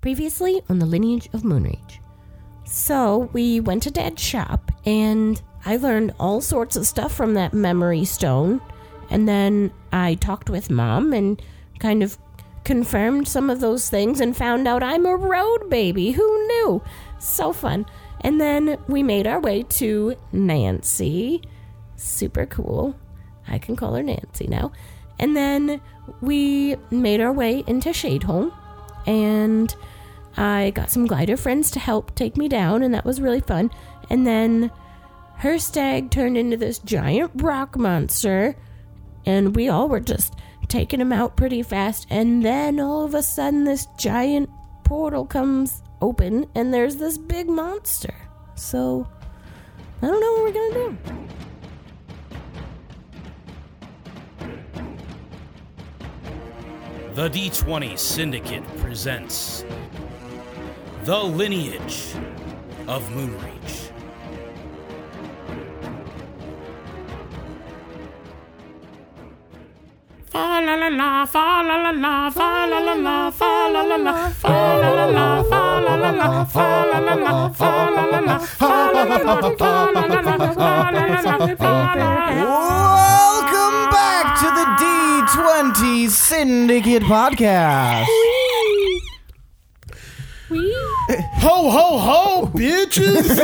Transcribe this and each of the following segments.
Previously on the lineage of Moonreach. So we went to Dad's shop, and I learned all sorts of stuff from that memory stone. And then I talked with Mom and kind of confirmed some of those things and found out I'm a road baby. Who knew? So fun. And then we made our way to Nancy. Super cool. I can call her Nancy now. And then we made our way into Shadeholm and I got some glider friends to help take me down and that was really fun. And then her stag turned into this giant rock monster and we all were just taking him out pretty fast and then all of a sudden this giant portal comes open and there's this big monster. So I don't know what we're going to do. The D20 Syndicate presents The Lineage of Moonreach. Fa la la la, fa la la la, fa la la la, fa la la la, fa la la la, fa la la la, fa la la la, fa la la la, fa la la la, fa la la la, fa la la la, fa la la la. Welcome back to the D20 Syndicate Podcast. Ho ho ho, bitches!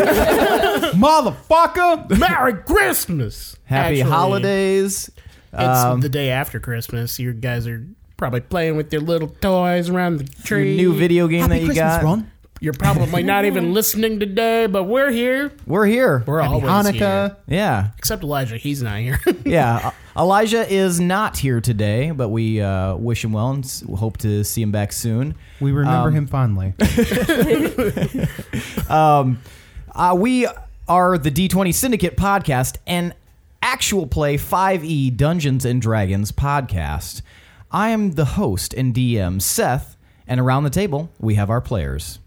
Motherfucker! Merry Christmas! Happy Actually, holidays. It's Um, the day after Christmas. You guys are probably playing with your little toys around the Your tree. new video game that you got. You're probably not even listening today, but we're here. We're here. We're Happy always Hanukkah. Yeah. Except Elijah, he's not here. Yeah. Elijah is not here today, but we uh, wish him well and s- hope to see him back soon. We remember him fondly. Uh, we are the D20 Syndicate podcast, an actual play 5e Dungeons and Dragons podcast. I am the host and DM, Seth, and around the table, we have our players.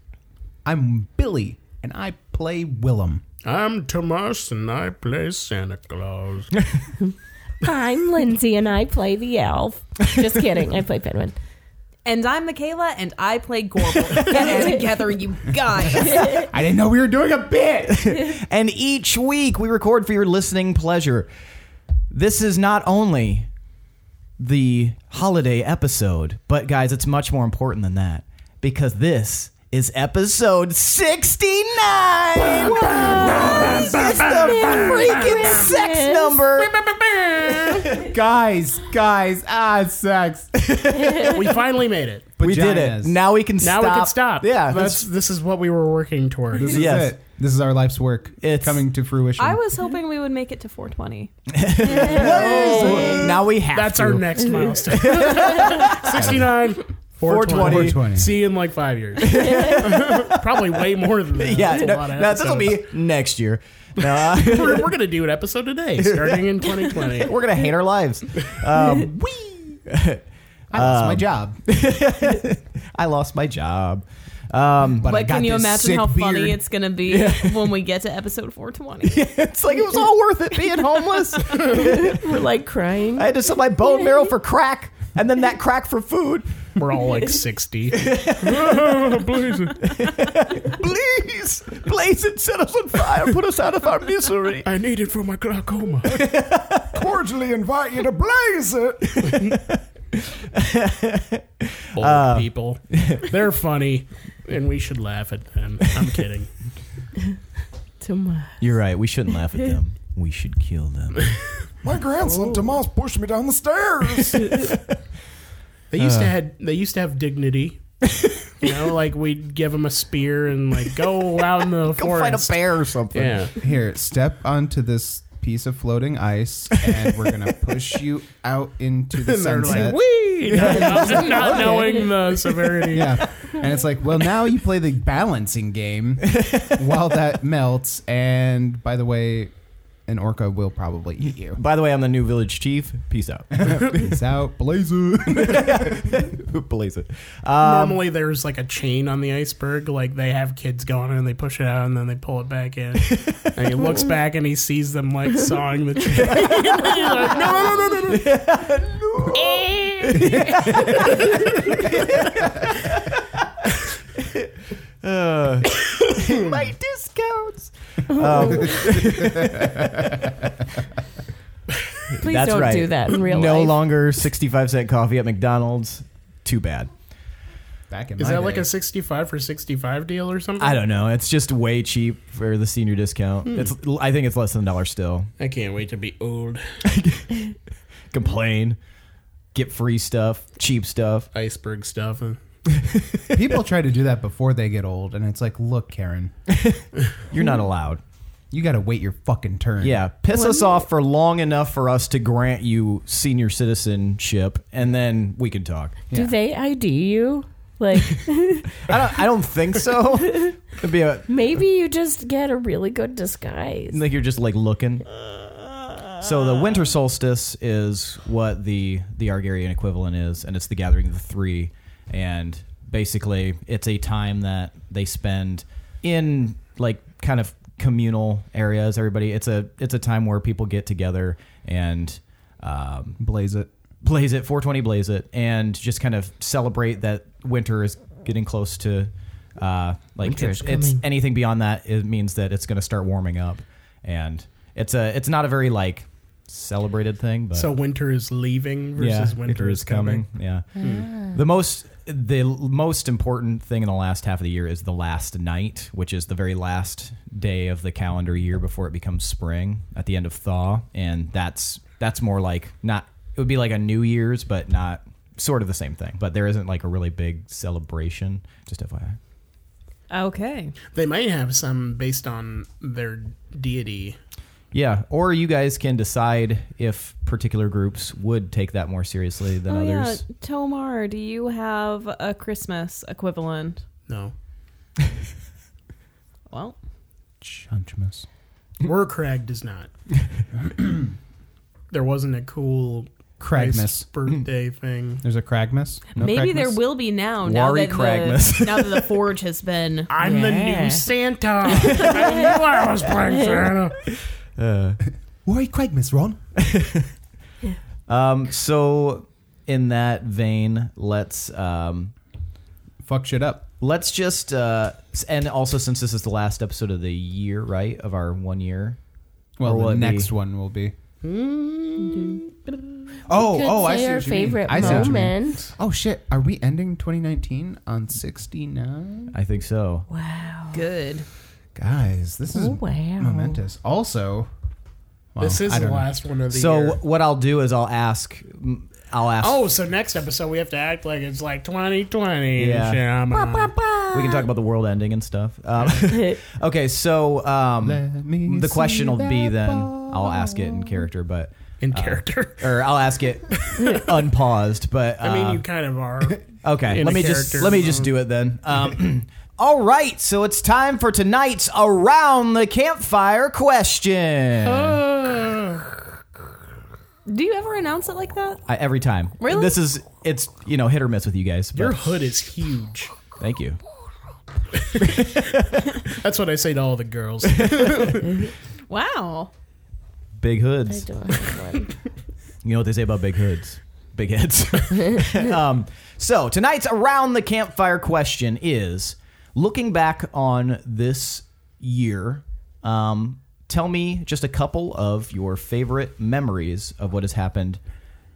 I'm Billy, and I play Willem. I'm Tomas and I play Santa Claus. I'm Lindsay and I play the elf. Just kidding. I play Penguin. And I'm Michaela, and I play Gorble. Get it together, you guys. I didn't know we were doing a bit. and each week we record for your listening pleasure. This is not only the holiday episode, but guys, it's much more important than that because this is episode 69. it's the freaking sex Christmas. number. Guys, guys, ah, it sucks. we finally made it. We did it. Vaginas. Now we can Now stop. we can stop. Yeah. That's, this is what we were working toward. This is Yes. it. This is our life's work It's- coming to fruition. I was hoping we would make it to 420. now we have That's to. our next milestone. 69, 420. 420. See you in like five years. Probably way more than that. Yeah, That's a no, lot of no, this will episodes. be next year. No, uh, We're, we're going to do an episode today, starting in 2020. we're gonna hate our lives. Um, I lost my job. I lost my job. Um, But, I But got can you this imagine sick how funny beard. it's going to be when we get to episode 420? it's like it was all worth it being homeless. We're like crying. I had to sell my bone marrow for crack, and then that crack for food. We're all like 60. Please. Please, please, it set us on fire, put us out of our misery. I need it for my glaucoma. cordially invite you to blaze it. Old Uh, people. They're funny, and we should laugh at them. I'm kidding. You're right. We shouldn't laugh at them. We should kill them. My grandson Tomas pushed me down the stairs. They used Uh. to had they used to have dignity. You know, like we'd give them a spear and like go out in the Go fight a forest. bear or something. Yeah. Here, step onto this piece of floating ice, and we're gonna push you out into the And they're like, sunset. "Wee!" not, not knowing the severity. Yeah. And it's like, well, now you play the balancing game while that melts. And by the way, an orca will probably eat you. By the way, I'm the new village chief. Peace out. Peace out, blazer. Blaze it. Normally, there's like a chain on the iceberg. Like they have kids going and they push it out and then they pull it back in. and he looks back and he sees them like sawing the chain. He's like, no, no, no, no, no, no. My discounts. Um, Please That's don't right. do that in real no life. longer 65 cent coffee at McDonald's. Too bad. Back in Is my that like day. a 65 for 65 deal or something? I don't know. It's just way cheap for the senior discount. It's I think it's less than a dollar still. I can't wait to be old. Complain. Get free stuff, cheap stuff. Iceberg stuff. and- People try to do that before they get old, and it's like, look, Karen, You're not allowed. you got to wait your fucking turn. Yeah, piss us off for long enough for us to grant you senior citizenship, and then we can talk. Do they ID you? Like I don't, I don't think so. It'd be a, maybe you just get a really good disguise. like you're just like looking. So the winter solstice is what the the Argarian equivalent is, and it's the gathering of the three. And basically, it's a time that they spend in like kind of communal areas. Everybody, it's a it's a time where people get together and um, Blaze it. blaze it 420 blaze it and just kind of celebrate that winter is getting close to uh like Winter it's, is it's coming. anything beyond that it means that it's going to start warming up and it's a it's not a very like celebrated thing but So winter is leaving versus yeah, winter Hmm. is coming. yeah Hmm. the most the most important thing in the last half of the year is the last night which is the very last day of the calendar year before it becomes spring at the end of thaw and that's that's more like not it would be like a new year's but not sort of the same thing but there isn't like a really big celebration just fyi Okay. They might have some based on their deity. yeah or you guys can decide if particular groups would take that more seriously than oh others yeah, Tomar, do you have a Christmas equivalent? No. Well, Chunchmas. Were Crag does not. there wasn't a cool Cragmas. Christ birthday thing. There's a Cragmas. maybe there Cragmas? will be now. Now Wari that, the, Kragmas. now that the forge has been. I'm the Yeah. new Santa. I knew I was playing Santa. Why Cragmas, Ron? Um, so in that vein, let's um, Fuck shit up. let's just uh, s- and also since this is the last episode of the year, right, of our one year. Or Well, will it the be- next one will be. Oh, Mm. Could oh, say our I see what you mean. favorite I see what you mean. moment. Oh shit! Are we ending 2019 on 69? I think so. Wow. Good. Guys, this is Oh, wow. momentous. Also, well, this is I the don't know. last one of the So year. what I'll do is I'll ask. m- I'll ask. Oh, so next episode we have to act like it's like 2020. Yeah. And shit. I'm, uh, we can talk about the world ending and stuff. Um, okay, so um, Let me the question see will be that then ball. I'll ask it in character, but in character. or I'll ask it unpaused. But uh, I mean, you kind of are. Okay, in let a me just character let me just mode. do it then. Um, all right, so it's time for tonight's around the campfire question. Do you ever announce it like that? I, every time, Really? this is it's you know hit or miss with you guys. But Your hood is huge. thank you. That's what I say to all the girls. Wow. Big I hoods. don't have one. You know what they say about big hoods? Big heads. um, so tonight's around the campfire question is looking back on this year. Um, tell me just a couple of your favorite memories of what has happened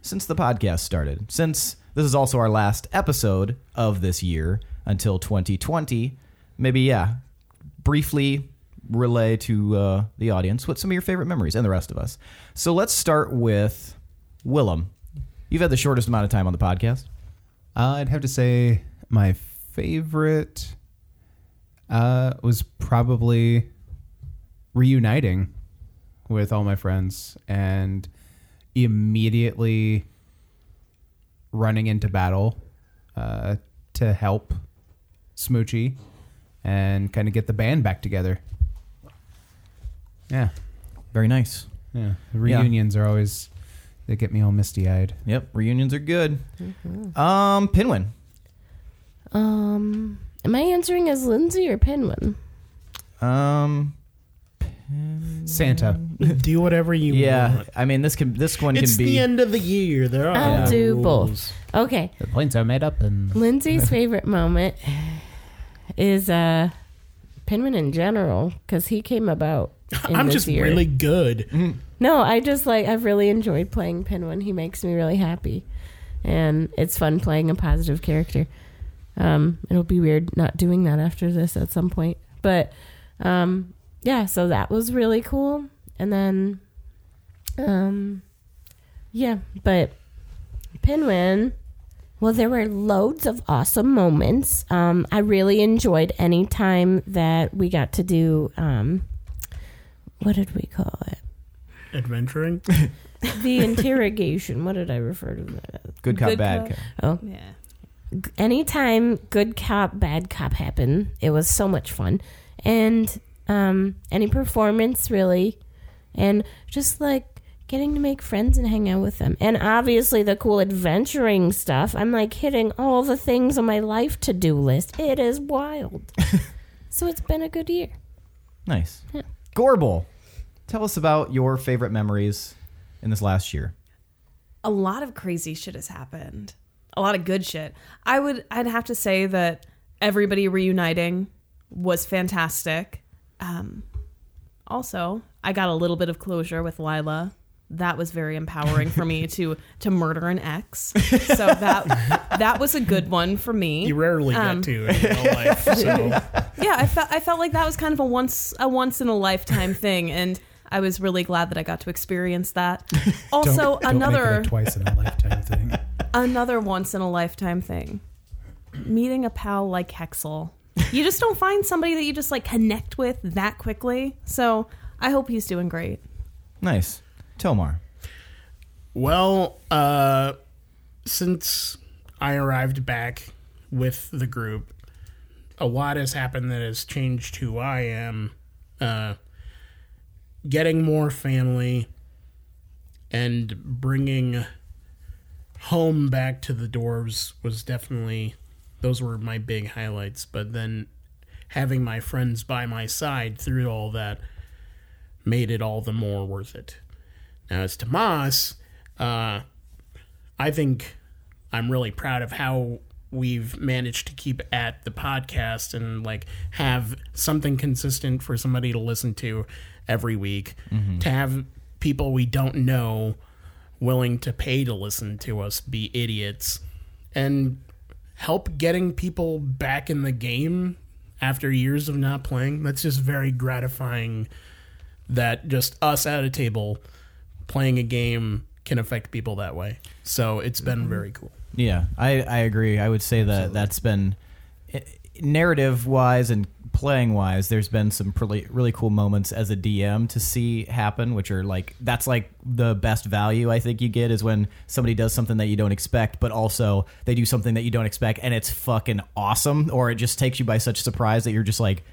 since the podcast started. Since this is also our last episode of this year until 2020, maybe yeah, briefly relay to uh, the audience what some of your favorite memories and the rest of us. So let's start with Willem. You've had the shortest amount of time on the podcast. Uh, I'd have to say my favorite uh, was probably reuniting with all my friends and immediately running into battle uh, to help Smoochie and kind of get the band back together. Yeah, Very nice. yeah. Reunions are always they get me all misty eyed. Yep, reunions are good. Mm-hmm. Um, Pinwin. Um, am I answering as Lindsay or Penguin? Um, Santa. do whatever you yeah. want. I mean, this can this one It's can be the end of the year. There are I'll do rules. both. Okay, The points are made up and Lindsay's favorite moment is uh, Penman in general because he came about. in I'm this just year. really good. No, I just like I've really enjoyed playing Pinwin. He makes me really happy, and it's fun playing a positive character. Um, it'll be weird not doing that after this at some point, but um, yeah. So that was really cool, and then, um, yeah. But Pinwin. Well, there were loads of awesome moments. Um, I really enjoyed any time that we got to do. Um, what did we call it? Adventuring. the interrogation. What did I refer to that? as? Oh, Good cop, Good bad cop. cop. Yeah. Anytime good cop, bad cop happened, it was so much fun, and um, any performance really, and just like getting to make friends and hang out with them, and obviously the cool adventuring stuff. I'm like hitting all the things on my life to do list. It is wild. so it's been a good year. Nice. Gorble, tell us about your favorite memories in this last year. a lot of crazy shit has happened. A lot of good shit. I would I'd have to say that everybody reuniting was fantastic. Um, also, I got a little bit of closure with Lila. That was very empowering for me to to murder an ex. So that that was a good one for me. You rarely Um, get to in real life. So yeah, I felt I felt like that was kind of a once a once in a lifetime thing, and I was really glad that I got to experience that. Also, don't another make it a twice in a lifetime thing. another once in a lifetime thing. Meeting a pal like Hexel. You just don't find somebody that you just like connect with that quickly. So I hope he's doing great. Nice. Tomar. Well, uh, since I arrived back with the group, a lot has happened that has changed who I am. Uh, getting more family and bringing home back to the dwarves was definitely, those were my big highlights. But then having my friends by my side through all that made it all the more worth it. Now, as Tomas, uh, I think I'm really proud of how we've managed to keep at the podcast and like have something consistent for somebody to listen to every week. To have people we don't know willing to pay to listen to us be idiots and help getting people back in the game after years of not playing. That's just very gratifying that just us at a table playing a game can affect people that way. So it's been very cool. Yeah, I, I agree. I would say that that's been narrative wise and playing wise. There's been some really really cool moments as a DM to see happen, which are like that's like the best value I think you get is when somebody does something that you don't expect, but also they do something that you don't expect and it's fucking awesome, or it just takes you by such surprise that you're just like.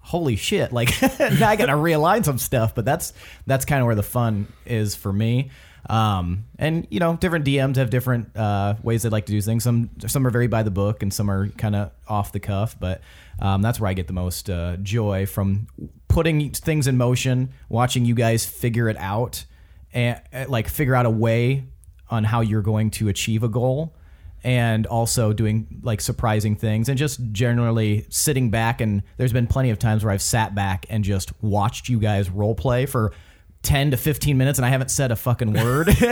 Holy shit! Like now I gotta realign some stuff, but that's that's kind of where the fun is for me. Um, and you know, different DMs have different uh, ways they like to do things. Some some are very by the book, and some are kind of off the cuff. But um, that's where I get the most uh, joy from putting things in motion, watching you guys figure it out, and uh, like figure out a way on how you're going to achieve a goal and also doing like surprising things and just generally sitting back and there's been plenty of times where I've sat back and just watched you guys role play for 10 to 15 minutes and I haven't said a fucking word.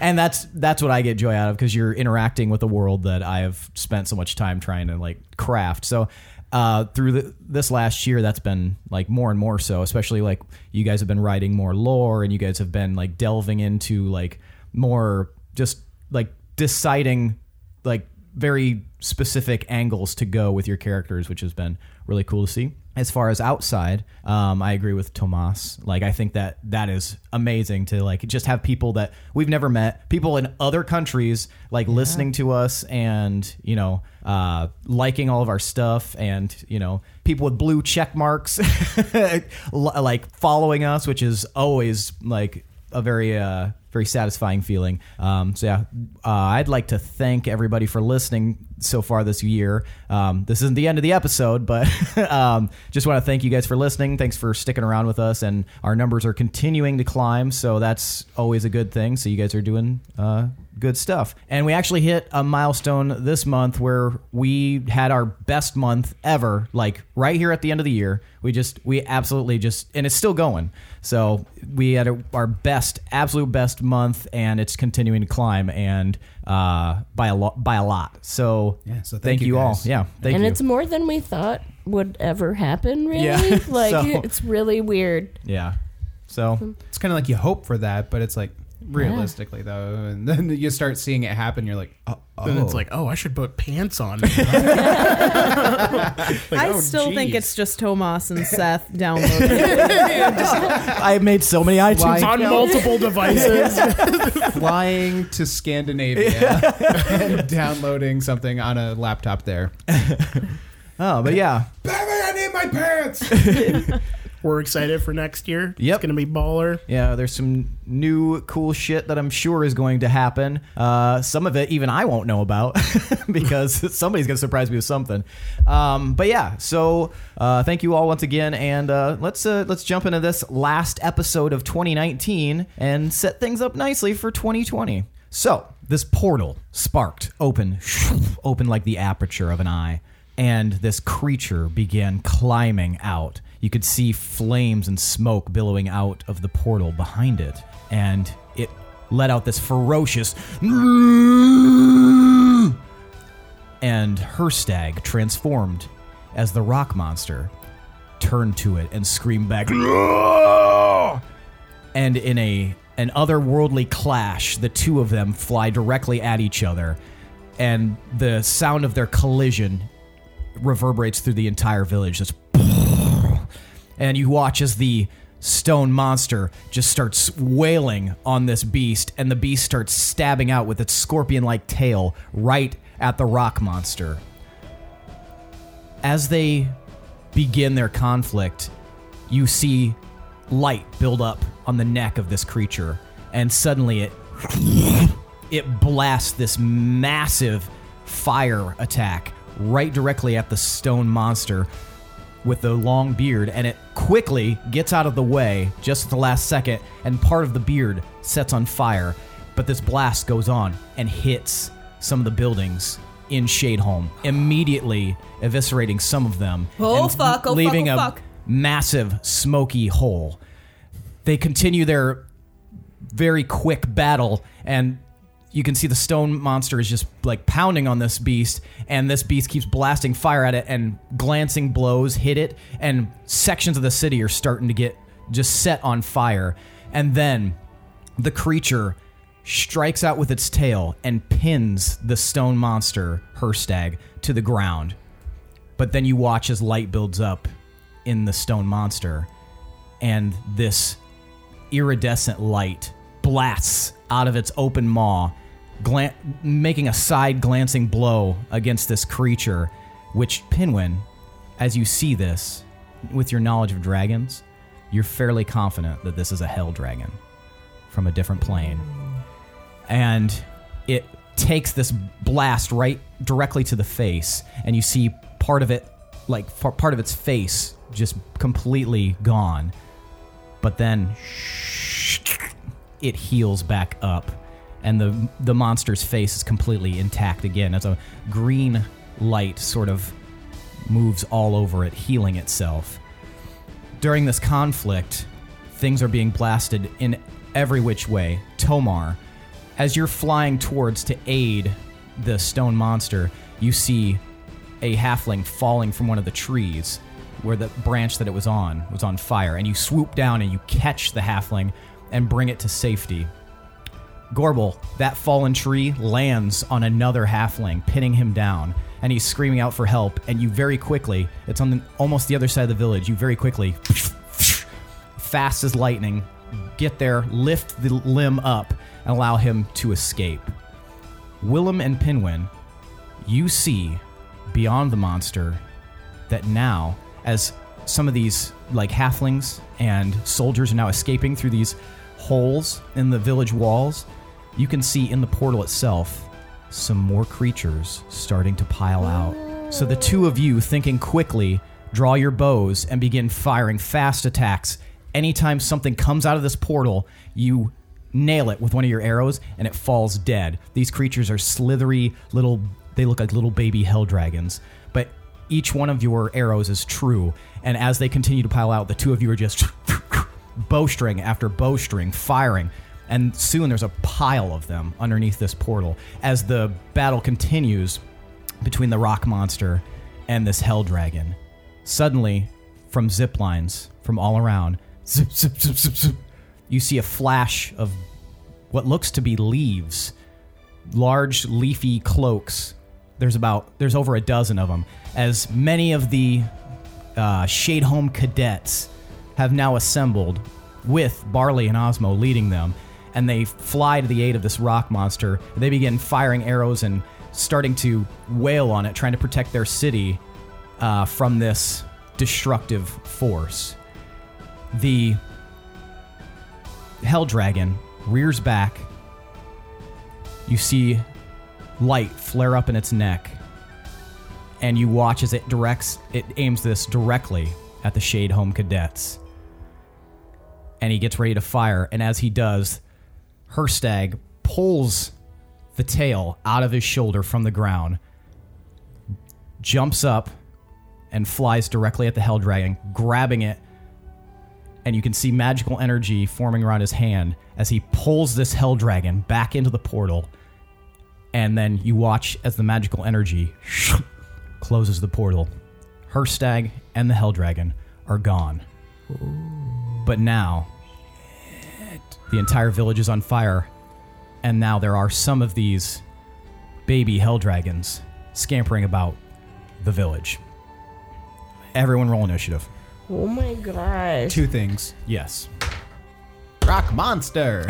and that's that's what I get joy out of because you're interacting with a world that I have spent so much time trying to like craft. So uh, through the, this last year, that's been like more and more so, especially like you guys have been writing more lore and you guys have been like delving into like more just like deciding like very specific angles to go with your characters, which has been really cool to see. As far as outside, um, I agree with Tomas. Like, I think that that is amazing to like just have people that we've never met, people in other countries, like listening to us and you know uh, liking all of our stuff, and you know people with blue check marks, li- like following us, which is always like a very uh, very satisfying feeling. Um, so yeah, uh, I'd like to thank everybody for listening so far this year. Um, this isn't the end of the episode, but um, just want to thank you guys for listening. Thanks for sticking around with us, and our numbers are continuing to climb, so that's always a good thing. So you guys are doing uh, Good stuff. And we actually hit a milestone this month where we had our best month ever, like right here at the end of the year. We just, we absolutely just, and it's still going. So we had a, our best, absolute best month, and it's continuing to climb and uh, by a lot, by a lot. So, Yeah, so thank, thank you, you all. guys. Yeah, thank and you. it's more than we thought would ever happen, really. Yeah, Like, so- it's really weird. yeah. So It's kind of like you hope for that, but it's like realistically though, and then you start seeing it happen. You're like, oh, Then oh. it's like, oh, I should put pants on. Oh, I still think it's just Tomas and Seth downloading. I made so many iTunes. Why- on multiple devices. flying to Scandinavia and downloading something on a laptop there. Oh, but yeah. I need my pants. We're excited for next year. Yep. It's gonna be baller. Yeah, there's some new cool shit that I'm sure is going to happen. Uh, some of it even I won't know about because somebody's going to surprise me with something. Um, but yeah, so uh, thank you all once again, and uh, let's uh, let's jump into this last episode of 2019 and set things up nicely for 2020. So this portal sparked, open, open like the aperture of an eye and this creature began climbing out. You could see flames and smoke billowing out of the portal behind it, and it let out this ferocious. And Herstag transformed as the rock monster turned to it and screamed back. And in a an otherworldly clash, the two of them fly directly at each other, and the sound of their collision reverberates through the entire village. Just and you watch as the stone monster just starts wailing on this beast, and the beast starts stabbing out with its scorpion-like tail right at the rock monster. As they begin their conflict, you see light build up on the neck of this creature, and suddenly it it blasts this massive fire attack right directly at the stone monster with the long beard and it quickly gets out of the way just at the last second and part of the beard sets on fire but this blast goes on and hits some of the buildings in Shadeholm immediately eviscerating some of them Oh, and fuck, oh, fuck, leaving oh, a fuck. massive smoky hole they continue their very quick battle and you can see the stone monster is just like pounding on this beast and this beast keeps blasting fire at it and glancing blows hit it and sections of the city are starting to get just set on fire and then the creature strikes out with its tail and pins the stone monster herstag to the ground but then you watch as light builds up in the stone monster and this iridescent light blasts out of its open maw, glan- making a side glancing blow against this creature. Which, Pinwin, as you see this, with your knowledge of dragons, you're fairly confident that this is a hell dragon from a different plane. And it takes this blast right directly to the face, and you see part of it, like far- part of its face, just completely gone. But then it heals back up and the the monster's face is completely intact again as a green light sort of moves all over it healing itself during this conflict things are being blasted in every which way tomar as you're flying towards to aid the stone monster you see a halfling falling from one of the trees where the branch that it was on was on fire and you swoop down and you catch the halfling and bring it to safety Gorbel, that fallen tree, lands on another halfling, pinning him down, and he's screaming out for help. And you very quickly, it's on the, almost the other side of the village, you very quickly, fast as lightning, get there, lift the limb up, and allow him to escape. Willem and Pinwin, you see beyond the monster that now, as some of these like halflings and soldiers are now escaping through these holes in the village walls, you can see in the portal itself some more creatures starting to pile out. So the two of you, thinking quickly, draw your bows and begin firing fast attacks. Anytime something comes out of this portal, you nail it with one of your arrows, and it falls dead. These creatures are slithery little. They look like little baby hell dragons, but each one of your arrows is true. And as they continue to pile out, the two of you are just bowstring after bowstring firing. And soon there's a pile of them underneath this portal. As the battle continues, between the rock monster and this hell dragon. Suddenly, from zip lines from all around, zip, zip, zip, zip, zip, you see a flash of what looks to be leaves, large leafy cloaks. There's about there's over a dozen of them. As many of the uh, Shade Home cadets have now assembled, with Barley and Osmo leading them, and they fly to the aid of this rock monster. They begin firing arrows and starting to wail on it, trying to protect their city uh, from this destructive force. The Hell Dragon rears back. You see light flare up in its neck, and you watch as it directs, it aims this directly at the Shade Home cadets. And he gets ready to fire, and as he does, Herstag pulls the tail out of his shoulder from the ground, jumps up, and flies directly at the Hell Dragon, grabbing it. And you can see magical energy forming around his hand as he pulls this Hell Dragon back into the portal. And then you watch as the magical energy closes the portal. Herstag and the Hell Dragon are gone. But now, the entire village is on fire and now there are some of these baby hell dragons scampering about the village. Everyone roll initiative. Oh my gosh. Two things. Yes. Rock Monster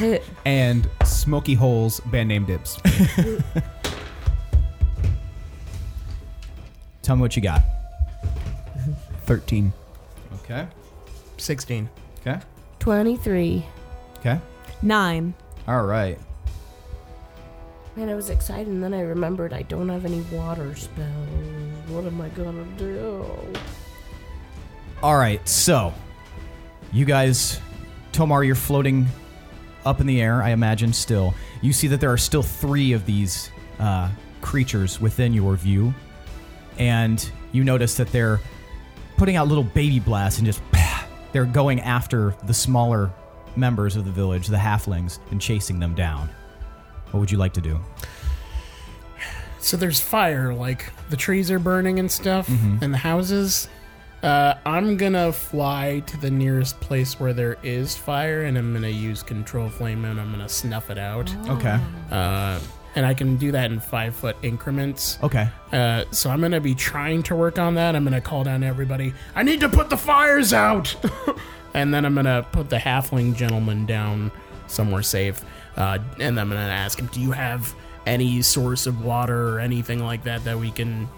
and Smoky Holes band name dibs. Tell me what you got. 13. Okay. 16. Okay. 23. Okay. Nine. All right. Man, I was excited and then I remembered I don't have any water spells. What am I gonna do? All right. So, you guys, Tomar, you're floating up in the air, I imagine, still. You see that there are still three of these uh, creatures within your view. And you notice that they're putting out little baby blasts and just they're going after the smaller members of the village, the halflings, and chasing them down. What would you like to do? So there's fire, like the trees are burning and stuff, Mm-hmm. and the houses. Uh, I'm gonna fly to the nearest place where there is fire, and I'm gonna use control flame, and I'm gonna snuff it out. Okay. Uh, and I can do that in five foot increments. Okay. Uh, so I'm gonna be trying to work on that. I'm gonna call down everybody. I need to put the fires out, and then I'm gonna put the halfling gentleman down somewhere safe, uh, and I'm gonna ask him, "Do you have any source of water or anything like that that we can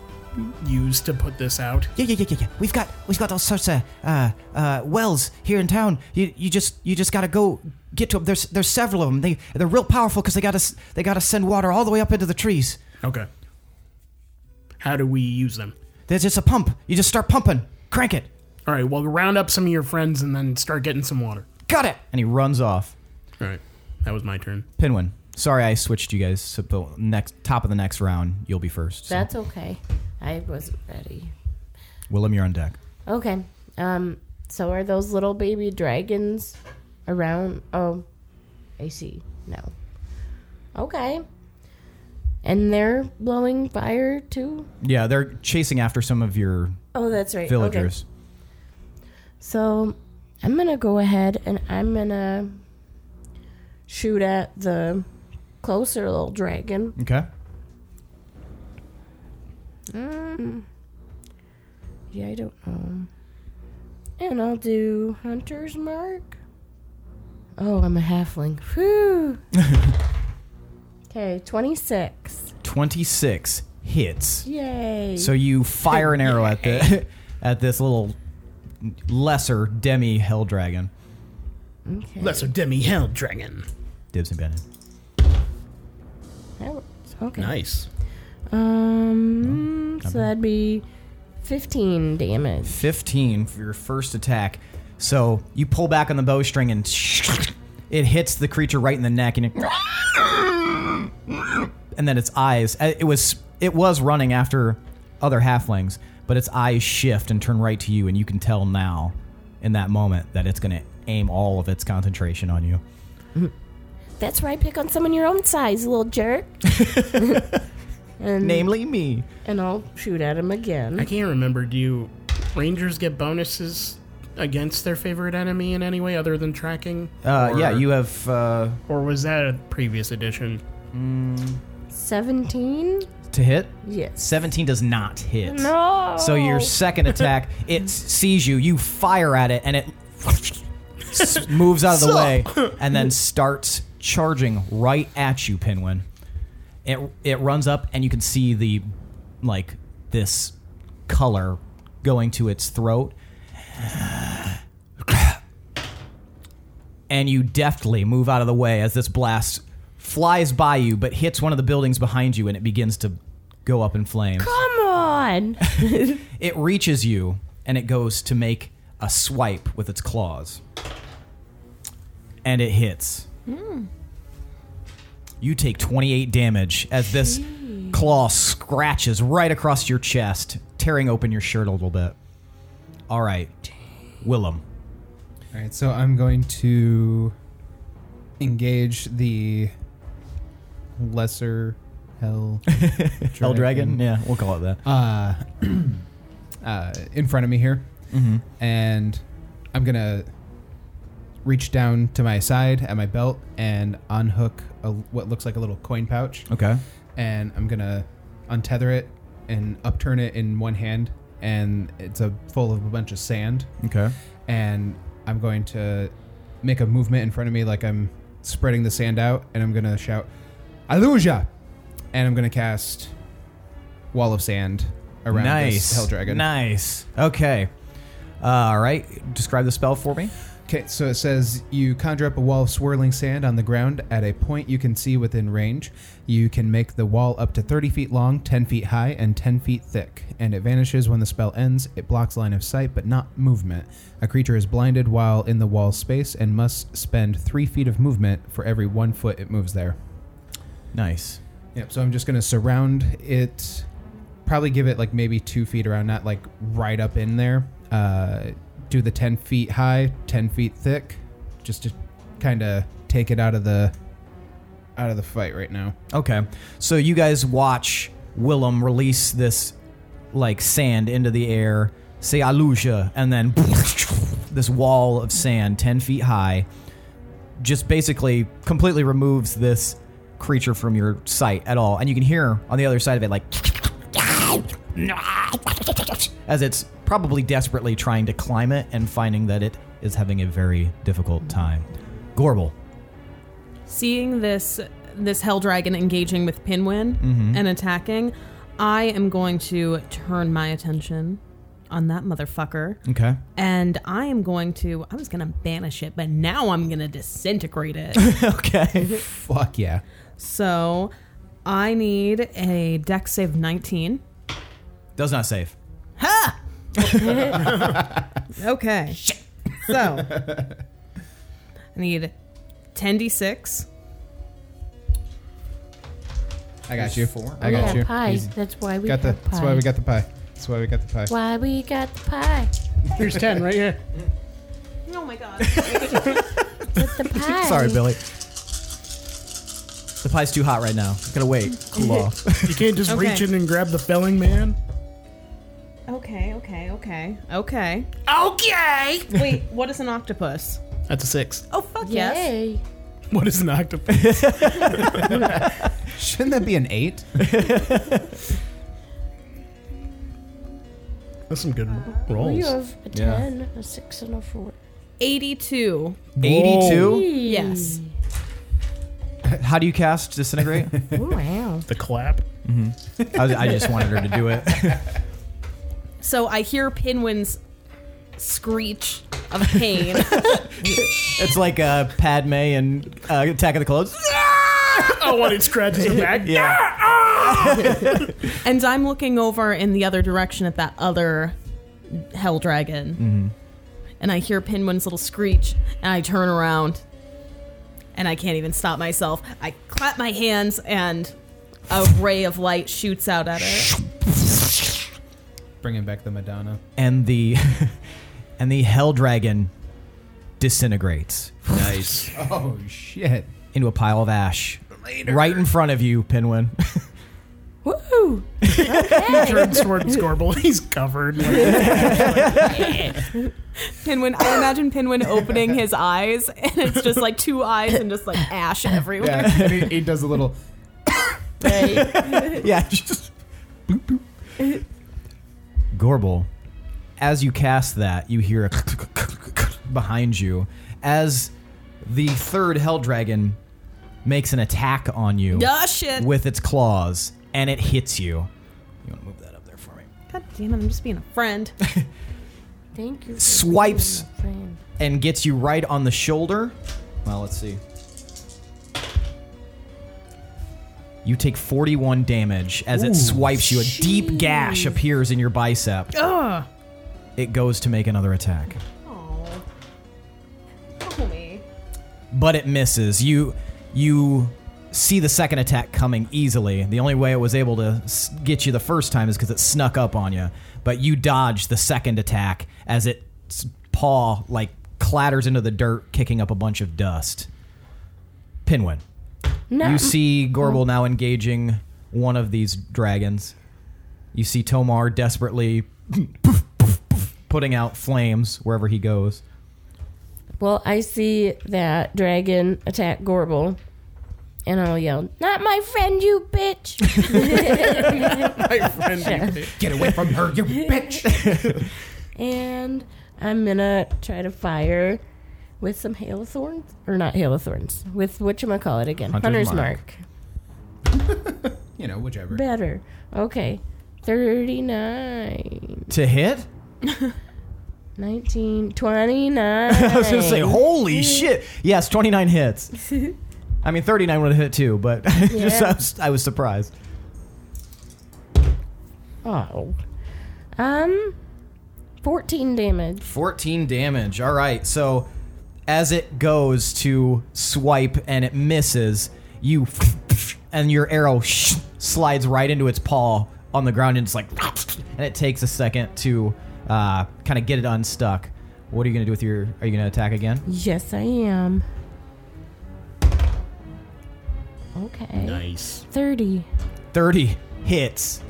use to put this out?" Yeah, yeah, yeah, yeah, yeah. We've got we've got all sorts of uh, uh, wells here in town. You you just you just gotta go get to them. There's there's several of them. They they're real powerful because they gotta s- they gotta send water all the way up into the trees. Okay. How do we use them? There's just a pump. You just start pumping. Crank it. All right. Well, round up some of your friends and then start getting some water. Got it. And he runs off. All right. That was my turn. Pinwin. Sorry, I switched you guys. So but next top of the next round, you'll be first. So. That's okay. I wasn't ready. Willem, you're on deck. Okay. Um, so are those little baby dragons around? Oh, I see. No. Okay. And they're blowing fire too? Yeah, they're chasing after some of your Oh, that's right. Okay. villagers. So I'm going to go ahead and I'm going to shoot at the closer little dragon. Okay. Yeah, I don't know. And I'll do Hunter's Mark. Oh, I'm a halfling. Whew. Okay, 26. Twenty six hits. Yay. So you fire an arrow at the at this little lesser demi hell dragon. okay. Lesser Demi Hell Dragon. Dibs and Bennett. That works. Okay. Nice. Um, so that'd be 15 damage. Fifteen for your first attack. So you pull back on the bowstring and It hits the creature right in the neck, and it, and then its eyes. uh, It was it was running after other halflings, but its eyes shift and turn right to you, and you can tell now, in that moment, that it's going to aim all of its concentration on you. That's where I pick on someone your own size, little jerk. and, Namely, me. and I'll shoot at him I again. can't remember. Do you rangers get bonuses against their favorite enemy in any way other than tracking? Uh, Or- yeah, you have uh, Or was that a previous edition? 17? to hit. Yes. 17 does not hit. No. So your second attack, it sees you. You fire at it, and it s- moves out of the way, and then starts charging right at you, Pinwin. It it runs up, and you can see the like this color going to its throat, and you deftly move out of the way as this blast flies by you, but hits one of the buildings behind you, and it begins to go up in flames Come on. it reaches you and it goes to make a swipe with its claws. And it hits. You take 28 damage as this claw scratches right across your chest, tearing open your shirt a little bit. All right. Willem. All right, so I'm going to engage the lesser hell Hell Dragon? Mm-hmm. Yeah, we'll call it that. uh, uh, in front of me here, Mm-hmm. and I'm gonna reach down to my side at my belt and unhook a, what looks like a little coin pouch, okay. and I'm gonna untether it and upturn it in one hand, and it's a full of a bunch of sand, Okay. and I'm going to make a movement in front of me like I'm spreading the sand out, and I'm gonna shout, "Aluja!" and I'm gonna cast Wall of Sand around Nice. this Hell Dragon. Nice. Okay. Uh, all right. Describe the spell for me. Okay, so it says you conjure up a wall of swirling sand on the ground at a point you can see within range. You can make the wall up to 30 feet long, 10 feet high, and 10 feet thick, and it vanishes when the spell ends. It blocks line of sight, but not movement. A creature is blinded while in the wall space and must spend 3 feet of movement for every 1 foot it moves there. Nice. Yep, so I'm just going to surround it, probably give it like maybe two feet around, not like right up in there. Uh, do the 10 feet high, 10 feet thick, just to kind of take it out of the out of the fight right now. Okay. So you guys watch Willem release this like sand into the air, say Aluja, and then this wall of sand 10 feet high just basically completely removes this creature from your sight at all. And you can hear on the other side of it, like, as it's probably desperately trying to climb it and finding that it is having a very difficult time. Gorble. Seeing this this hell dragon engaging with Pinwin and attacking, I am going to turn my attention on that motherfucker. Okay. And I am going to I was gonna banish it, but now I'm gonna disintegrate it. okay. Fuck yeah. so I need a deck save 19. Does not save. Okay. So I need 10d6. I got you. I got you. Easy. That's why we Got the, that's why we got the pie. That's why we got the pie. Why we got the pie? Here's ten right here. Oh my god. With the pie. Sorry, Billy. The pie's too hot right now. Gotta wait. Cool off. You can't just Okay. reach in and grab the filling, man. Okay, okay, okay, okay. Okay. Wait, what is an octopus? That's a six. Oh fuck yes. Yay. What is an octopus? Shouldn't that be an 8? That's some good You rolls. have a 10, a 6, and a 4. 82. 82? Yes. How do you cast Disintegrate? Wow. The clap. I, was- I just wanted her to do it. So I hear Pinwin's screech of pain. It's like uh, Padme and uh, Attack of the Clones. Oh, when it scratches her back. Yeah. and I'm looking over in the other direction at that other hell dragon. And I hear Pinwin's little screech and I turn around and I can't even stop myself. I clap my hands, and a ray of light shoots out at it. Bringing back the Madonna. and the and the hell dragon disintegrates Nice. Oh shit! into a pile of ash right in front of you, Pinwin. Woo! Turns toward Scorbel. He's covered. Like, Pinwin, I imagine Pinwin opening his eyes, and it's just like two eyes and just like ash everywhere. Yeah, and he, he does a little. yeah, just Gorble. As you cast that, you hear a behind you as the third hell dragon makes an attack on you Ah, shit. with its claws, and it hits you. You want to move that up there for me? God damn it, I'm just being a friend. Thank you. for Swipes. being my friend. and gets you right on the shoulder. Well, let's see. You take 41 damage as it swipes you. A deep gash appears in your bicep. It goes to make another attack, Oh. Homie. but it misses. You you see the second attack coming easily. The only way it was able to s- get you the first time is cuz it snuck up on you, but you dodge the second attack as it paw like clatters into the dirt kicking up a bunch of dust. Pinwin. No, You see Gorbel now engaging one of these dragons. You see Tomar desperately putting out flames wherever he goes. Well, I see that dragon attack Gorble, and I'll yell, "Not my friend, you bitch!" my friend. Get away from her, you bitch! and I'm gonna try to fire with some hail of thorns, or not hail of thorns, with what you call it again, Hunter's hunter's mark. You know, whichever. Better. Okay, thirty-nine, to hit? nineteen, twenty-nine. I was gonna say, holy shit! Yes, 29 hits. I mean, 39 would have hit too, but just, I, Yeah. was, I was surprised. Oh, um, fourteen damage. 14 damage. All right. So as it goes to swipe and it misses, you and your arrow slides right into its paw on the ground and it's like and it takes a second to uh, kind of get it unstuck. What are you going to do with your are you going to attack again? Yes, I am. Okay. nice. 30. 30 hits.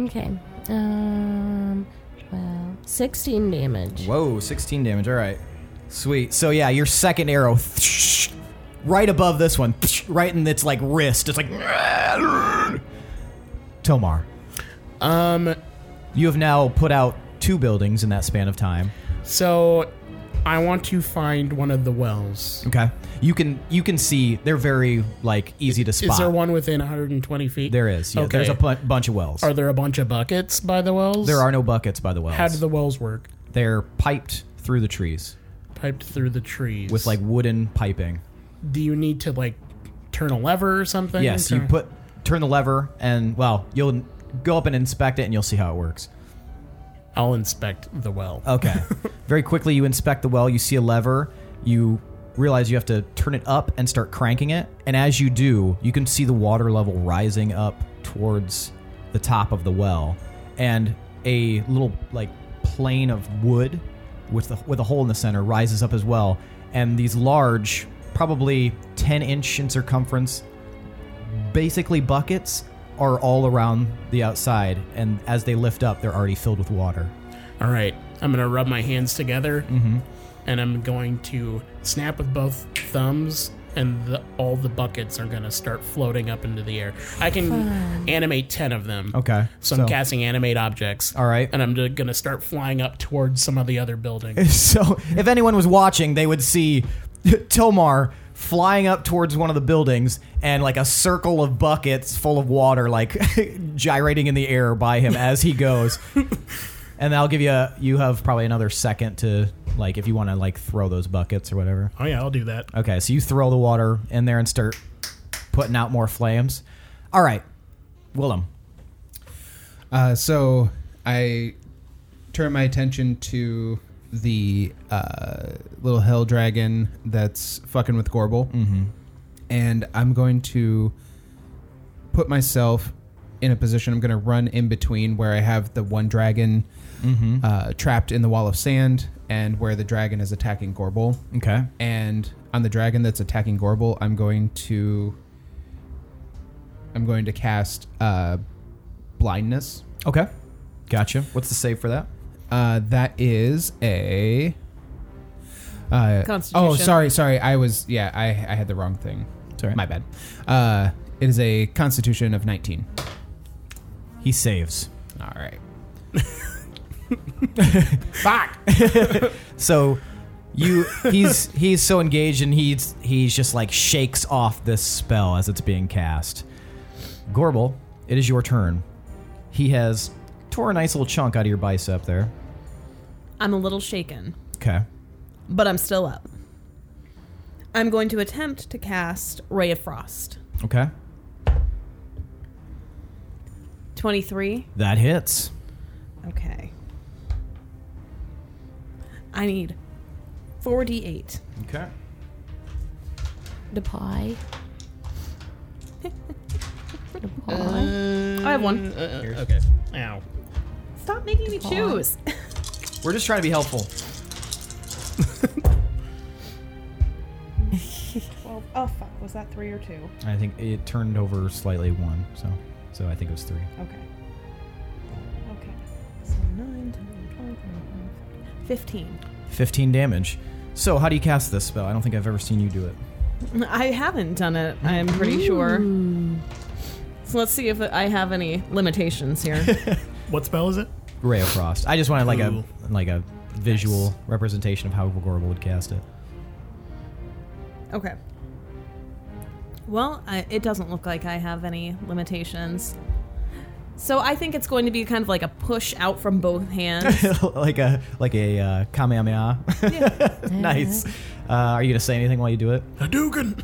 Okay. Um, well, 16 damage. Whoa, 16 damage. All right. Sweet. So yeah, your second arrow right above this one, right in its like wrist. It's like Tomar. Um, You have now put out two buildings in that span of time. so I want to find one of the wells. Okay. You can you can see they're very like easy to spot. Is there one within 120 feet? There is. Yeah, okay. There's a bu- bunch of wells. are there a bunch of buckets by the wells? there are no buckets by the wells. How do the wells work? they're piped through the trees Piped through the trees. with like wooden piping. do you need to like turn a lever or something? yes, you Or- put turn the lever and well, you'll go up and inspect it and you'll see how it works. I'll inspect the well. Okay. Very quickly, you inspect the well. You see a lever. You realize you have to turn it up and start cranking it. And as you do, you can see the water level rising up towards the top of the well, and a little like plane of wood with the, with a hole in the center rises up as well. And these large, probably 10 inch in circumference, basically buckets are all around the outside. And as they lift up, they're already filled with water. All right, I'm gonna rub my hands together, Mm-hmm. and I'm going to snap with both thumbs, and the, all the buckets are gonna start floating up into the air. I can animate ten of them. Okay. So, I'm casting animate objects. All right. and I'm d- gonna start flying up towards some of the other buildings. So, if anyone was watching, they would see Tomar flying up towards one of the buildings and like a circle of buckets full of water, like gyrating in the air by him as he goes. and I'll give you a, you have probably another second to like if you want to like throw those buckets or whatever. oh yeah, I'll do that. Okay, so you throw the water in there and start putting out more flames. All right, Willem. Uh, so I turn my attention to the uh, little hell dragon that's fucking with Gorbel, mm-hmm. and I'm going to put myself in a position. I'm going to run in between where I have the one dragon uh, trapped in the wall of sand and where the dragon is attacking Gorbel. Okay. And on the dragon that's attacking Gorbel, I'm going to I'm going to cast uh, blindness. Okay. Gotcha. What's the save for that? Uh, that is a. Uh, Constitution. oh, sorry, sorry. I was yeah. I I had the wrong thing. Sorry. my bad. Uh, it is a Constitution of 19. He saves. All right. So you he's he's so engaged and he's he's just like shakes off this spell as it's being cast. Gorbel, it is your turn. He has tore a nice little chunk out of your bicep there. I'm a little shaken, Okay. but I'm still up. I'm going to attempt to cast Ray of Frost. Okay. 23. That hits. Okay. I need 4d8. Okay. The pie. The pie. Uh, I have one. Uh, okay. Ow. Stop making me choose. We're just trying to be helpful. Well, oh, fuck. Was that three or two? I think it turned over slightly one, so so I think it was three. Okay. Okay. So 9, 10, 12, 15. 15 damage. So how do you cast this spell? I don't think I've ever seen you do it. I haven't done it, I'm pretty sure. So let's see if I have any limitations here. What spell is it? Ray of Frost. I just wanted like Cool. a like a visual representation of how Gorbel would cast it. okay. Well, I, it doesn't look like I have any limitations. So I think it's going to be kind of like a push out from both hands. like a like a uh, kamehameha. nice. Uh, are you gonna say anything while you do it? Hadouken!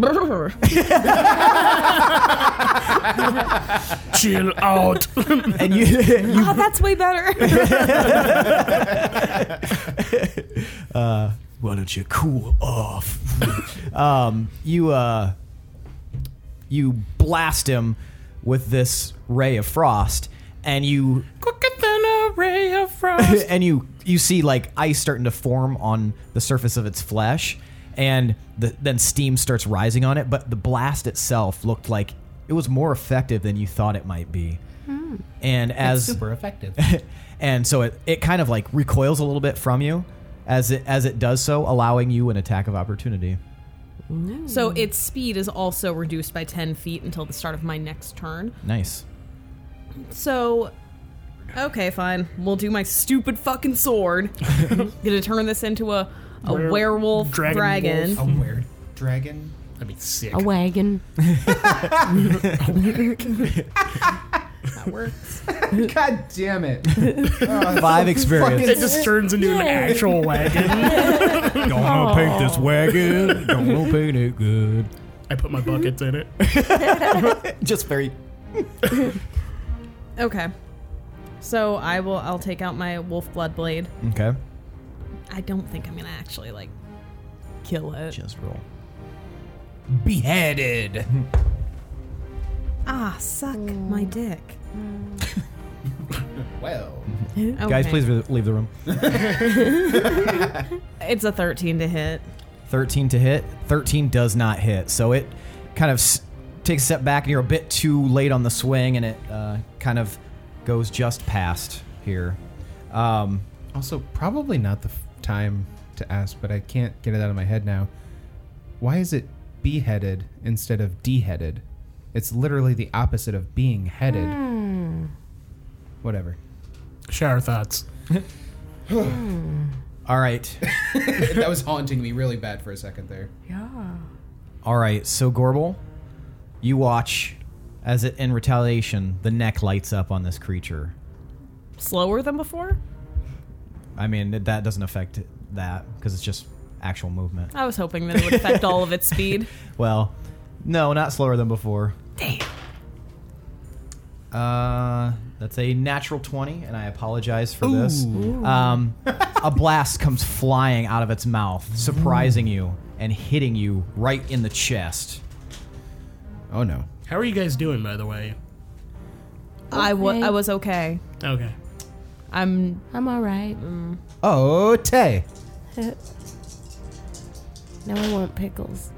Brr. Chill out! And you, you oh, that's way better. why don't you cool off? um, you uh, you blast him with this ray of frost, and you Quicker than a ray of frost! and you you see like ice starting to form on the surface of its flesh and the, then steam starts rising on it but the blast itself looked like it was more effective than you thought it might be and as effective. and so it, it kind of like recoils a little bit from you as it as it does so allowing you an attack of opportunity so its speed is also reduced by 10 feet until the start of my next turn. nice So, okay, fine. We'll do my stupid fucking sword. Gonna turn this into a, a Were- werewolf dragon. dragon A weird dragon. That'd be sick. A wagon. God damn it. five experience it just turns into an actual wagon. Don't wanna paint this wagon. Don't wanna paint it good. I put my buckets in it. just very Okay. So I will. I'll take out my wolf blood blade. okay I don't think I'm gonna actually like kill it. just roll Beheaded. Ah, suck Mm. my dick. Well. Okay. guys please re- leave the room It's a 13 to hit. 13 to hit. 13 does not hit. So it kind of s- takes a step back, and you're a bit too late on the swing, and it uh, kind of goes just past here. Um, Also, probably not the f- time to ask, but I can't get it out of my head now. Why is it beheaded instead of deheaded? It's literally the opposite of being headed. Whatever. Shower thoughts. all right. that was haunting me really bad for a second there. All right. So, Gorbel, you watch as it, in retaliation, the neck lights up on this creature. Slower than before. I mean, that- that doesn't affect that because it's just actual movement. I was hoping that it would affect all of its speed. Well, no, not slower than before. Damn. Uh, That's a natural 20, and I apologize for this. Um, a blast comes flying out of its mouth, surprising you and hitting you right in the chest. Oh no. How are you guys doing, by the way? I wa- Okay. I was okay. Okay. I'm I'm all right. Oh, Tay. Now I want pickles.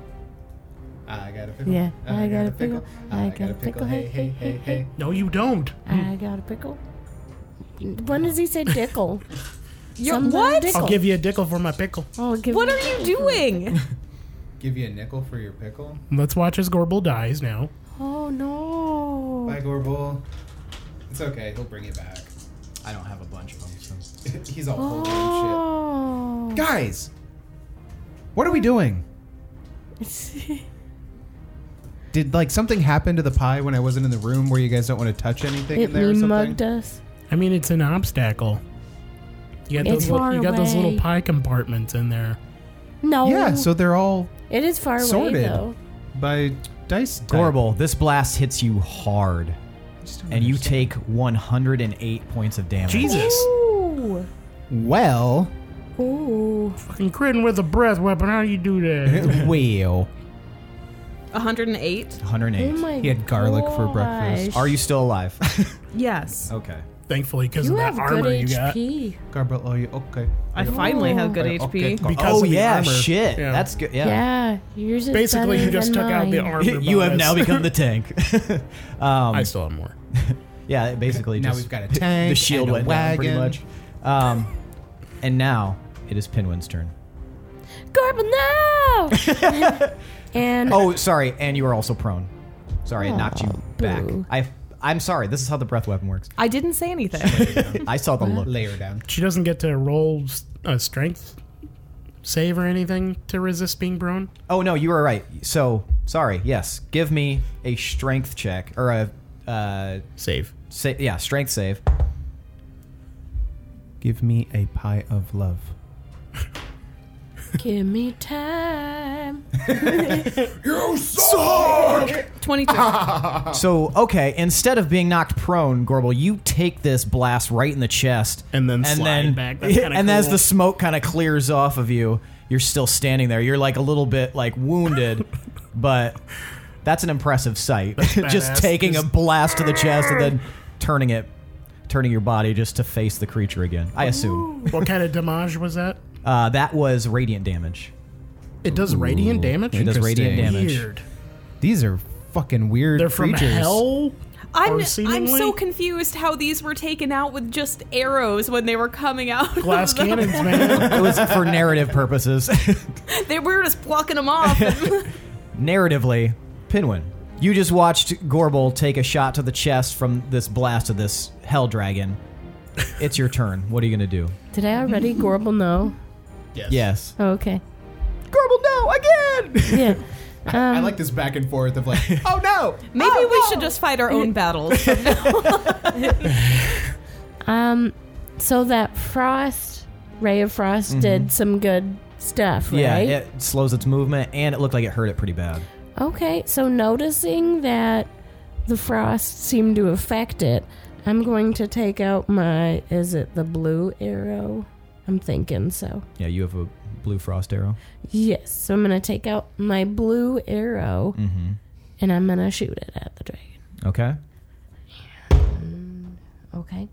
Ah, I got a Ah, pickle. Yeah, I got a pickle. I got a pickle. Hey, hey, hey, hey. No, you don't. Mm. I got a pickle. When does he say dickle? You're, Sometimes what? dickle. I'll give you a dickle for my pickle. Oh, give What me- are you doing? Give you a nickel for your pickle. Let's watch as Gorbel dies now. Oh no. Bye, Gorbel. It's okay. He'll bring it back. I don't have a bunch of them. So. He's all holy and Oh. shit. Guys, what are we doing? Did like something happen to the pie when I wasn't in the room where you guys don't want to touch anything It in there or mean something? mugged us. I mean, it's an obstacle. You got It's those. Little, far you got those little away. pie compartments in there. No. Yeah, so they're all it is far away sorted. though. by dice. type. Gorbel, this blast hits you hard, Just don't and you understand. take 108 points of damage. Jesus, Ooh. well, Ooh. fucking critting with a breath weapon. How do you do that? well. 108? 108. Oh my He had garlic for gosh. breakfast. Are you still alive? Yes. okay. Thankfully, because You of have that armor good you got. HP. Gorbel, are you Oh, okay? I finally have good Oh, HP. okay. Because oh of the yeah, armor. shit. Yeah. That's good. Yeah. Yeah. Yours is Basically, better you just than took out the mine. armor. You have now bonus. become the tank. I still have more. yeah, it basically. Now just- we've got a tank The shield and a went down pretty much. wagon. Um, and now it is Pinwin's turn. Garble no. and Oh, sorry. And you are also prone. Sorry, it knocked you back. boo. I. I'm sorry. This is how the breath weapon works. I didn't say anything. I saw the look. Layer down. She doesn't get to roll s- a strength save or anything to resist being prone. Oh no, you were right. So sorry. Yes, give me a strength check or a uh, Save. sa- yeah strength save. Give me a pie of love. give me time. 22. So okay, instead of being knocked prone, Gorbel, you take this blast right in the chest, And then slide back. That's kinda and as cool. the smoke kind of clears off of you, you're still standing there. You're like a little bit like wounded, but that's an impressive sight. badass. just taking a Just- blast to the chest and then turning it, turning your body just to face the creature again. I assume What kind of damage was that? uh, that was radiant damage. It does radiant damage. It does radiant Interesting. damage. Weird. These are fucking weird They're from creatures. hell. I'm, Or I'm seemingly- so confused how these were taken out with just arrows when they were coming out. Glass cannons, man. It was for narrative purposes. they were just plucking them off. narratively, Pinwin, you just watched Gorbel take a shot to the chest from this blast of this hell dragon. It's your turn. What are you gonna do? Did I already Gorble no? Yes. Yes. Oh, okay. Gorbel, no again. Yeah. Um, I like this back and forth of like, oh no. Maybe we should just fight our own battles. Um, so that frost, ray of frost, did some good stuff, right? Mm-hmm. yeah, it slows its movement, and it looked like it hurt it pretty bad. Okay, so noticing that the frost seemed to affect it, I'm going to take out my. Is it the blue arrow? I'm thinking so. Yeah, you have a blue frost arrow. Yes, so I'm going to take out my blue arrow and I'm going to shoot it at the dragon. Okay. Okay.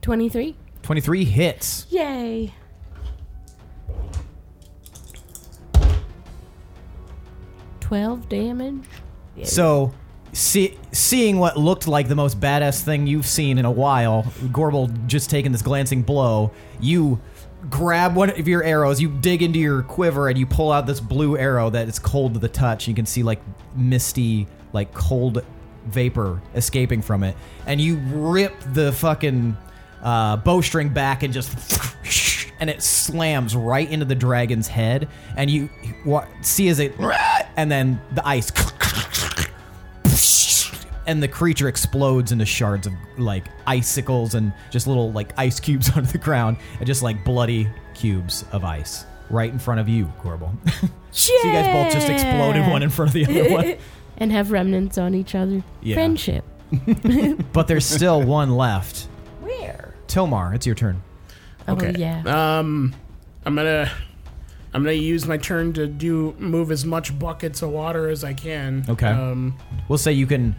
23? Twenty-three hits. Yay! Twelve damage. So, see, seeing what looked like the most badass thing you've seen in a while, Gorbel just taking this glancing blow, you grab one of your arrows, you dig into your quiver, and you pull out this blue arrow that is cold to the touch. You can see like misty, like cold vapor escaping from it, and you rip the fucking uh, bowstring back and just. And it slams right into the dragon's head, and you wa- see as it, and then the ice and the creature explodes into shards of like icicles and just little like ice cubes onto the ground and just like bloody cubes of ice right in front of you, Gorbel. so you guys both just exploded Yeah. one in front of the other one. and have remnants on each other. Yeah. Friendship. but there's still one left. Where? Tomar, it's your turn. Okay. Oh, yeah. Um, I'm gonna, I'm gonna use my turn to do move as much buckets of water as I can. Okay. Um, We'll say you can,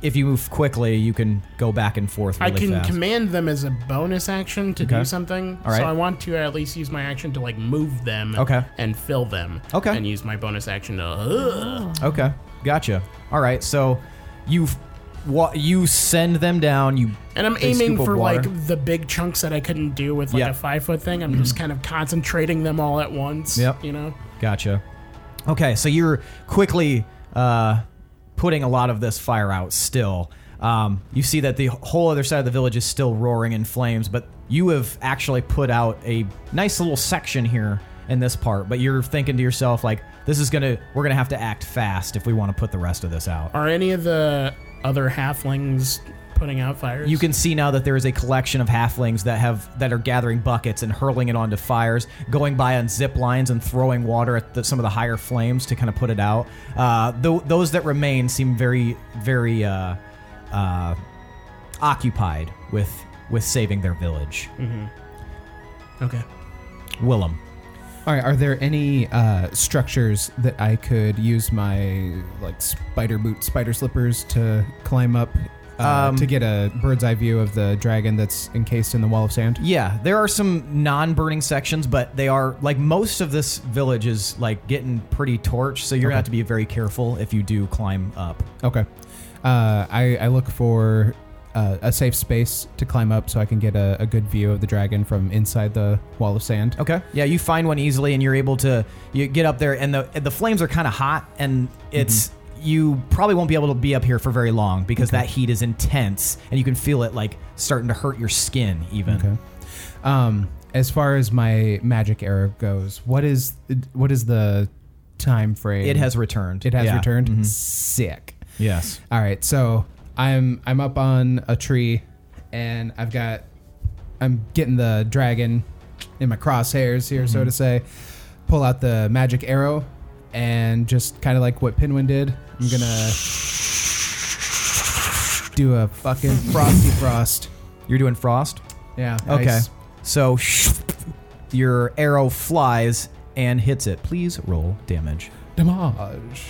if you move quickly, you can go back and forth I really can fast. command them as a bonus action to Okay. do something. All right. So I want to at least use my action to like move them. Okay. And fill them. Okay. Oh. And use my bonus action to. Okay, gotcha. All right, so you wa- you send them down. You And I'm they aiming scoop up for water. like the big chunks that I couldn't do with like Yeah. Mm-hmm. a five foot thing. I'm just kind of concentrating them all at once. Yep. You know. Gotcha. Okay, so you're quickly uh, putting a lot of this fire out still. Um, you see that the whole other side of the village is still roaring in flames, but you have actually put out a nice little section here in this part. But you're thinking to yourself, like, this is gonna, we're gonna have to act fast if we want to put the rest of this out. Are any of the other halflings putting out fires? You can see now that there is a collection of halflings that have that are gathering buckets and hurling it onto fires, going by on zip lines and throwing water at the, some of the higher flames to kind of put it out. Uh, tho- those that remain seem very, very uh, uh, occupied with with saving their village. Okay. Willem, All right. Are there any uh, structures that I could use my like spider boot, spider slippers to climb up uh, Um, to get a bird's eye view of the dragon that's encased in the wall of sand? yeah, there are some non-burning sections, but they are like most of this village is like getting pretty torched, so you're gonna Okay. have to be very careful if you do climb up. Okay. Uh, I, I look for uh, a safe space to climb up so I can get a, a good view of the dragon from inside the wall of sand. Okay. Yeah, you find one easily, and you're able to you get up there, and the the flames are kind of hot, and it's Mm-hmm. you probably won't be able to be up here for very long because that heat is intense, and you can feel it like starting to hurt your skin even. Okay. Um, as far as my magic arrow goes, what is what is the time frame? It has returned. It has Yeah. Mm-hmm. returned. Sick. Yes. All right, so I'm I'm up on a tree, and I've got I'm getting the dragon in my crosshairs here, so to say. Pull out the magic arrow, and just kind of like what Pinwin did, I'm gonna do a fucking frosty frost. You're doing frost. Yeah. Okay. ice. So your arrow flies and hits it. Please roll damage. Damage.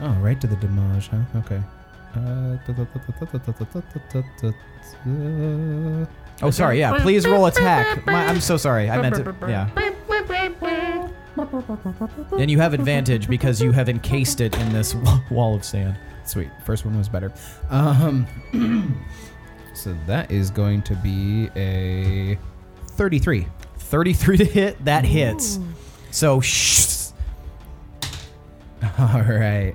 Oh, right to the damage, huh? Okay. Uh, Oh, sorry. Yeah. Please roll attack. My, I'm so sorry. I meant to. Yeah. And you have advantage because you have encased it in this wa- wall of sand. Sweet. First one was better. Um, so that is going to be a 33. 33 to hit. That hits. So, shh. oh, All right.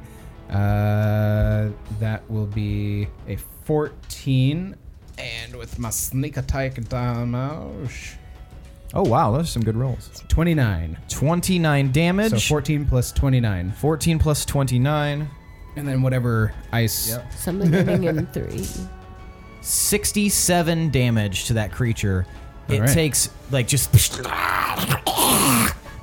Uh, that will be a 14. And with my sneak attack damage, Oh, wow. Those are some good rolls. 29. 29 damage. So 14 plus 29. 14 plus 29. And then whatever ice. Yep. Something ending in three. 67 damage to that creature. It Alright. takes like just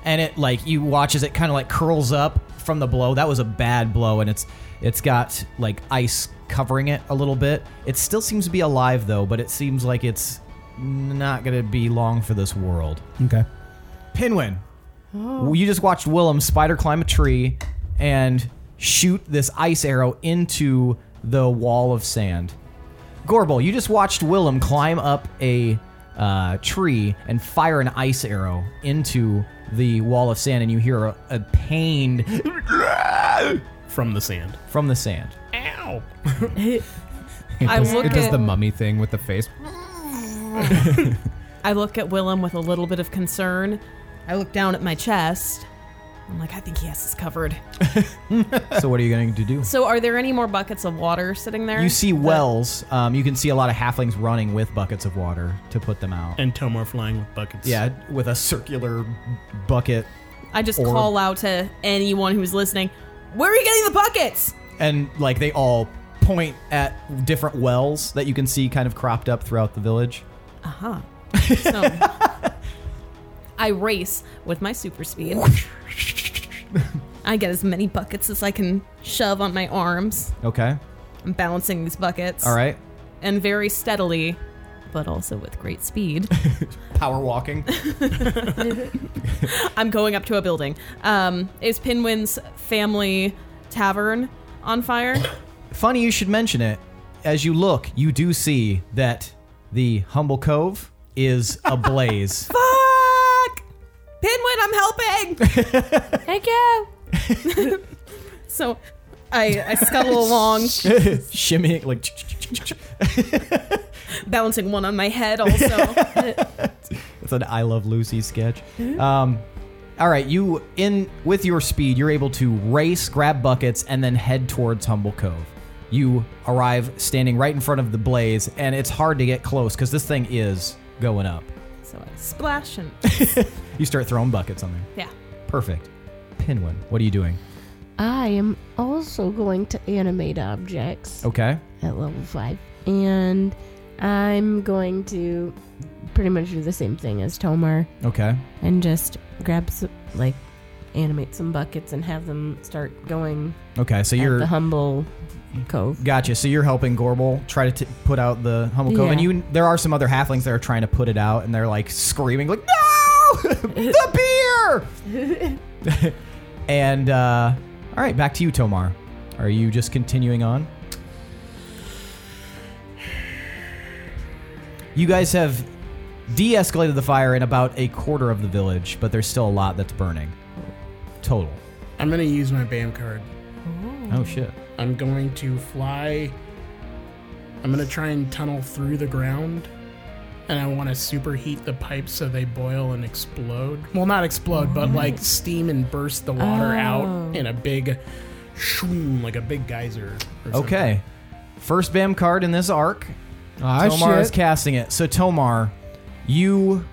and it like you watch as it kind of like curls up from the blow. That was a bad blow and it's it's got like ice covering it a little bit. It still seems to be alive though, but it seems like it's not going to be long for this world. Okay. Pinwin. You just watched Willem spider climb a tree and shoot this ice arrow into the wall of sand. Gorbel, you just watched Willem climb up a uh, tree and fire an ice arrow into the wall of sand, and you hear a, a pained From the sand. from the sand. Ow. It I does, look it does at- the mummy thing with the face. I look at Willem with a little bit of concern. I look down at my chest. I'm like, I think he has this covered. so, what are you going to do? So, are there any more buckets of water sitting there? You see wells. Um, you can see a lot of halflings running with buckets of water to put them out. And Tomar flying with buckets. Yeah, with a circular bucket I just Or- call out to anyone who's listening. Where are you getting the buckets? and like they all point at different wells that you can see kind of cropped up throughout the village. Uh huh. So, I race with my super speed. I get as many buckets as I can shove on my arms. Okay. I'm balancing these buckets. All right. And very steadily, but also with great speed, Power walking. I'm going up to a building. Um, is Pinwin's family tavern on fire? Funny you should mention it. As you look, you do see that the Humble Cove is ablaze. Fuck! Pinwin, I'm helping! Thank you. So I, I scuttle along, Shimmying, like, balancing one on my head also. it's an I Love Lucy sketch. Um, all right, you, in with your speed, you're able to race, grab buckets, and then head towards Humble Cove. You arrive standing right in front of the blaze, and it's hard to get close because this thing is going up. so I splash and. You start throwing buckets on there. Yeah. Perfect. Pinwin, what are you doing? I am also going to animate objects Okay. at level 5. And I'm going to pretty much do the same thing as Tomar Okay. and just grab some, like, animate some buckets and have them start going Okay. So at you're the humble cove. Gotcha. So you're helping Gorbel try to t- put out the Hummel Cove, Yeah. and you there are some other halflings that are trying to put it out, and they're like screaming, like "No, the beer!" and uh, all right, back to you, Tomar. Are you just continuing on? You guys have de-escalated the fire in about a quarter of the village, but there's still a lot that's burning. Total. I'm gonna use my BAM card. Oh shit. I'm going to fly. I'm gonna try and tunnel through the ground, and I want to superheat the pipes so they boil and explode. Well, not explode, but like steam and burst the water out in a big, shroom, like a big geyser. Or something. Okay. First BAM card in this arc. Ah, Tomar is shit. casting it. So Tomar, you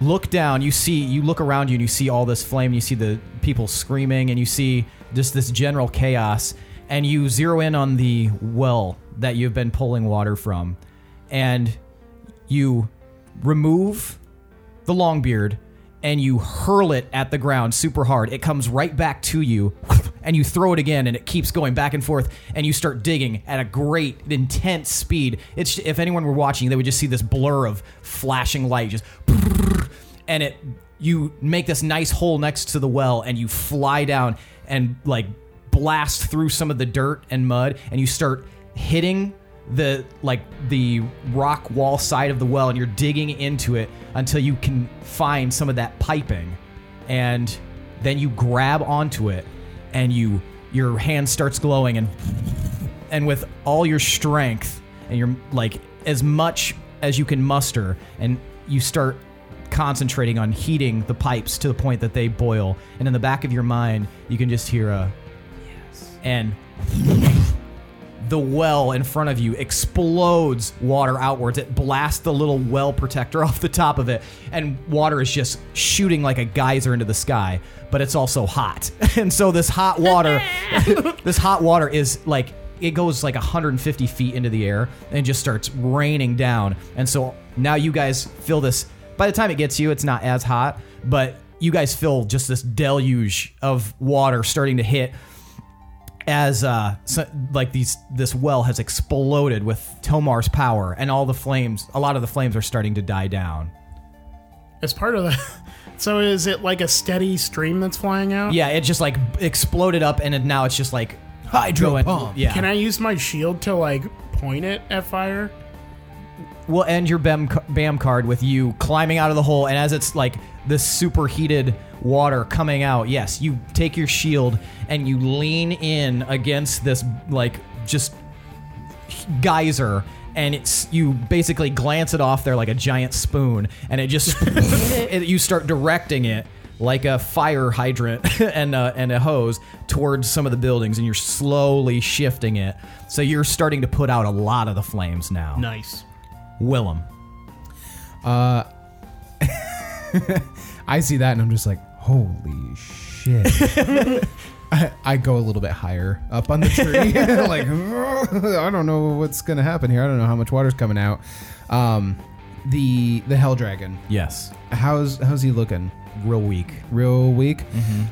look down, you see, you look around you and you see all this flame, you see the people screaming and you see just this general chaos and you zero in on the well that you've been pulling water from and you remove the long beard and you hurl it at the ground super hard. It comes right back to you and you throw it again and it keeps going back and forth and you start digging at a great intense speed. It's if anyone were watching they would just see this blur of flashing light just and it you make this nice hole next to the well and you fly down and like blast through some of the dirt and mud and you start hitting the like the rock wall side of the well and you're digging into it until you can find some of that piping and then you grab onto it and you your hand starts glowing and and with all your strength and your like as much as you can muster and you start concentrating on heating the pipes to the point that they boil and in the back of your mind you can just hear a yes and the well in front of you explodes water outwards. It blasts the little well protector off the top of it, and water is just shooting like a geyser into the sky. But it's also hot, and so this hot water, this hot water is like it goes like 150 feet into the air and just starts raining down. And so now you guys feel this. By the time it gets you, it's not as hot, but you guys feel just this deluge of water starting to hit as uh so, like these this well has exploded with Tomar's power and all the flames a lot of the flames are starting to die down. As part of the. So is it like a steady stream that's flying out? Yeah, it just like exploded up and it, now it's just like hydro bomb. Yeah. Can I use my shield to like point it at fire? we'll end your BAM, ca- BAM card with you climbing out of the hole, and as it's like this superheated water coming out, yes, you take your shield and you lean in against this like just geyser. And it's you basically glance it off there like a giant spoon, and it just it, you start directing it like a fire hydrant and a, and a hose towards some of the buildings, and you're slowly shifting it. So you're starting to put out a lot of the flames now. Nice. Willem. I see that and I'm just like, holy shit. I, I go a little bit higher up on the tree. like, I don't know what's going to happen here. I don't know how much water's coming out. Um, the the Hell Dragon. Yes. How's how's he looking? Real weak. Mm-hmm. Real weak.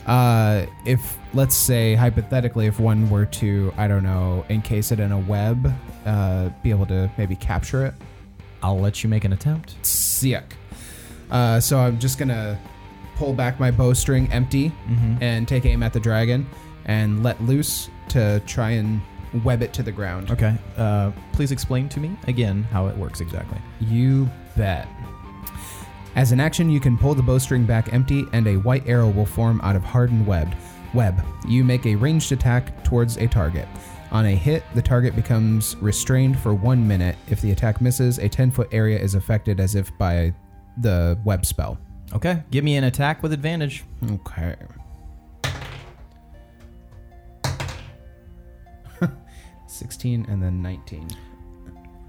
Uh, if let's say hypothetically, if one were to I don't know encase it in a web, uh, be able to maybe capture it. I'll let you make an attempt. Sick. Uh, so I'm just gonna pull back my bowstring empty and take aim at the dragon and let loose to try and web it to the ground. Okay. Uh, please explain to me again how it works exactly. You bet. As an action, you can pull the bowstring back empty, and a white arrow will form out of hardened web. Web. You make a ranged attack towards a target. On a hit, the target becomes restrained for one minute. If the attack misses, a 10 foot area is affected as if by the web spell. Okay. Give me an attack with advantage. Okay. Sixteen and then nineteen.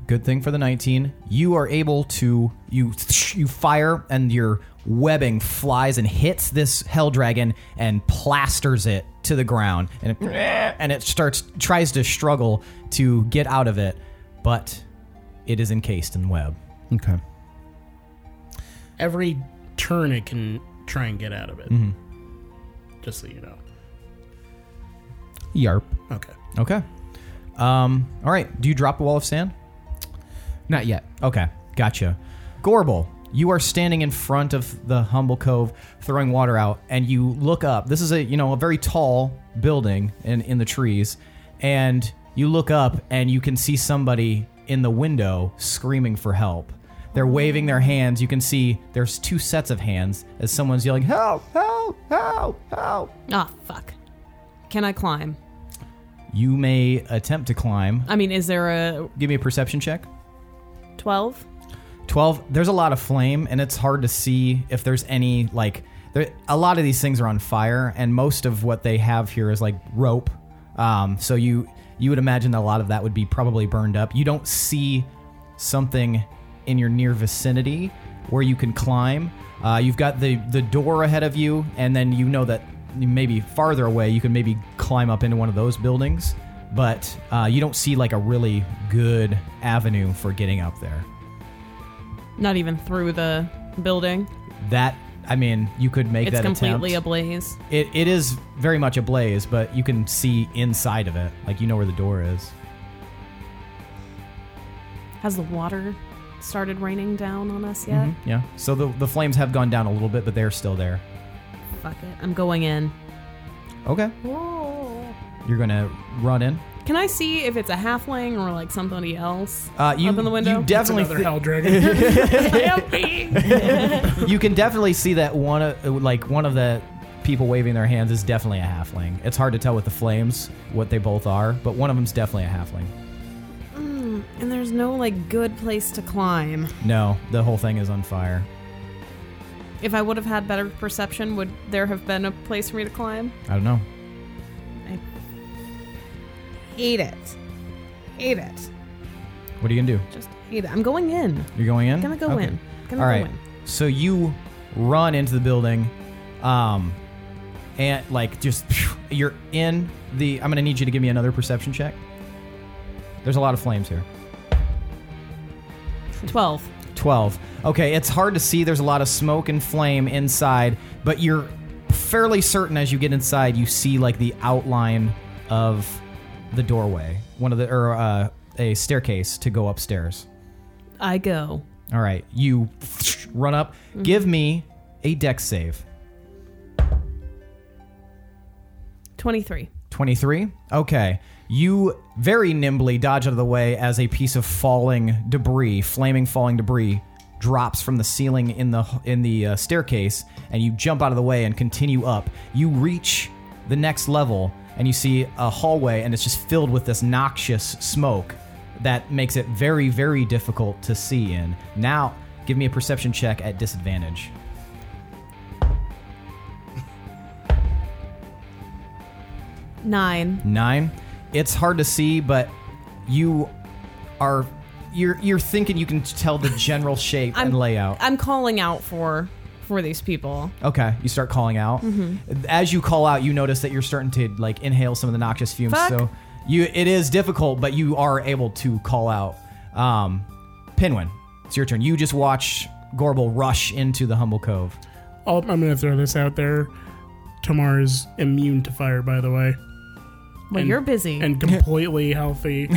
Good thing for the 19. You are able to you you fire and your webbing flies and hits this hell dragon and plasters it to the ground and it, and it starts tries to struggle to get out of it, but it is encased in web. Okay. Every turn it can try and get out of it. Mm-hmm. Just so you know. Yarp. Okay. Okay. Um all right, do you drop a wall of sand? Not yet. Okay, gotcha. Gorble, you are standing in front of the humble cove, throwing water out, and you look up. This is a you know a very tall building in in the trees, and you look up and you can see somebody in the window screaming for help. They're waving their hands. You can see there's two sets of hands as someone's yelling, "Help! Help! Help! Help!" Oh, fuck. Can I climb? You may attempt to climb. I mean, is there a Give me a perception check. 12? 12 there's a lot of flame and it's hard to see if there's any like there a lot of these things are on fire and most of what they have here is like rope um, so you you would imagine that a lot of that would be probably burned up you don't see something in your near vicinity where you can climb uh, you've got the the door ahead of you and then you know that maybe farther away you can maybe climb up into one of those buildings but uh, you don't see like a really good avenue for getting up there Not even through the building. that I mean, you could make It's that completely attempt. ablaze. it, it is very much ablaze, but you can see inside of it. Like you know where the door is. Has the water started raining down on us yet? Yeah. So the the flames have gone down a little bit, but they're still there. Fuck it. I'm going in. Okay. You're gonna run in. Can I see if it's a halfling or like somebody else? Uh, you, Up in the window? You It's definitely Another thi- hell dragon. you can definitely see that one of, like one of the people waving their hands is definitely a halfling. It's hard to tell with the flames what they both are, but one of them's definitely a halfling. And there's no like good place to climb. No, the whole thing is on fire. If I would have had better perception, would there have been a place for me to climb? I don't know. Eat it. Eat it. What are you gonna do? Just eat it. I'm going in. You're going in. Gonna go Okay. in. Gonna All go right. in. So you run into the building, um, and like just you're in the. I'm gonna need you to give me another perception check. There's a lot of flames here. 12. 12. Okay, it's hard to see. There's a lot of smoke and flame inside, but you're fairly certain as you get inside, you see like the outline of the doorway, one of the or uh, a staircase to go upstairs. I go. All right, you run up. Give me a deck save. 23. 23. Okay. You very nimbly dodge out of the way as a piece of falling debris, flaming falling debris, drops from the ceiling in the in the uh, staircase, and you jump out of the way and continue up. You reach the next level, and you see a hallway, and it's just filled with this noxious smoke that makes it very, very difficult to see in. Now, give me a perception check at disadvantage. 9. nine. It's hard to see, but you are you're you're thinking you can tell the general shape and layout. I'm calling out for for these people. Okay, you start calling out. Mm-hmm. As you call out, you notice that you're starting to like inhale some of the noxious fumes. Fuck. So you it is difficult, but you are able to call out. Um, Pinwin, It's your turn. You just watch Gorbel rush into the Humble Cove. Oh, I'm gonna throw this out there. Tamar is immune to fire, by the way, Well, And- you're busy. and completely healthy.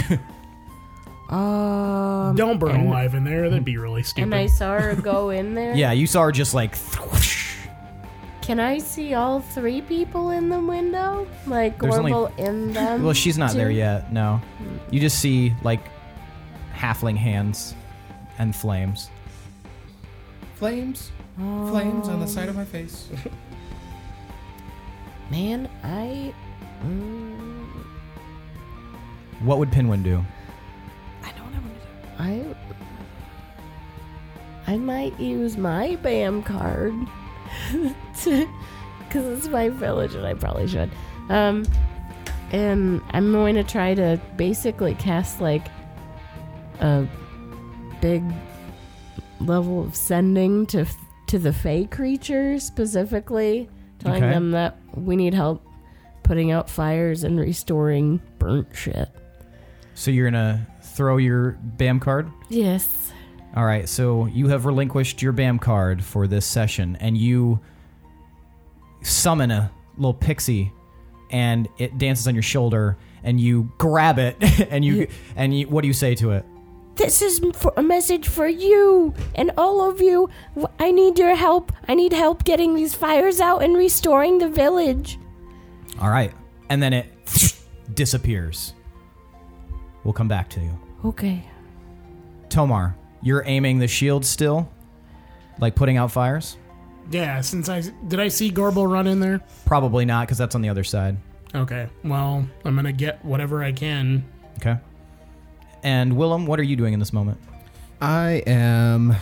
Um, Don't burn and- alive in there. That'd be really stupid. And I saw her go in there. Yeah, you saw her just like thwoosh. Can I see all three people in the window? Like There's only- Gorbel in them? Well, she's not there too? yet. No, you just see like halfling hands and flames. Flames. Flames on the side of my face. Man, I. mm, What would Pinwin do? I know what I want to do. I. I might use my BAM card. Because it's my village and I probably should. Um, and I'm going to try to basically cast like a big level of sending to to the fey creature specifically, telling Okay. them that we need help putting out fires and restoring burnt shit. So you're gonna throw your BAM card. Yes. All right. So you have relinquished your BAM card for this session, and you summon a little pixie, and it dances on your shoulder, and you grab it, and you and you, what do you say to it? This is m- for a message for you and all of you. W- I need your help. I need help getting these fires out and restoring the village. All right. And then it disappears. We'll come back to you. Okay. Tomar, you're aiming the shield still? Like putting out fires? yeah, since I did I see Gorbel run in there. Probably not, because that's on the other side. Okay, well I'm gonna get whatever I can. Okay. And Willem, what are you doing in this moment? I am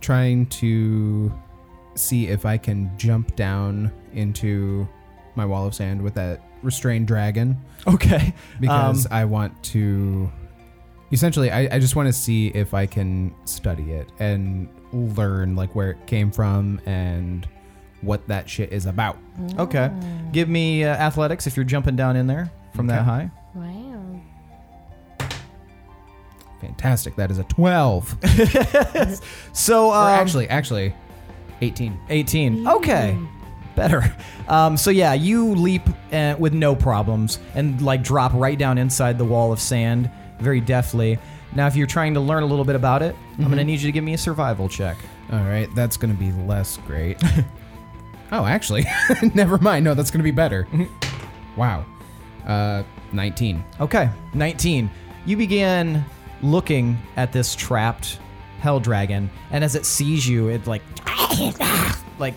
trying to see if I can jump down into my wall of sand with that restrained dragon Okay. Um, because I want to. Essentially, I, I just want to see if I can study it and learn like where it came from and what that shit is about. okay. Give me uh, athletics if you're jumping down in there from that Okay. high. Wow. Fantastic! That is a twelve. Or So, um, Mm. actually, actually, eighteen. 18. Okay. Better. Um, so yeah, you leap uh, with no problems and like drop right down inside the wall of sand very deftly. Now, if you're trying to learn a little bit about it, I'm gonna need you to give me a survival check. All right, that's gonna be less great. oh, actually, never mind. No, that's gonna be better. wow, uh, nineteen. Okay, 19. You begin looking at this trapped hell dragon, and as it sees you, it like like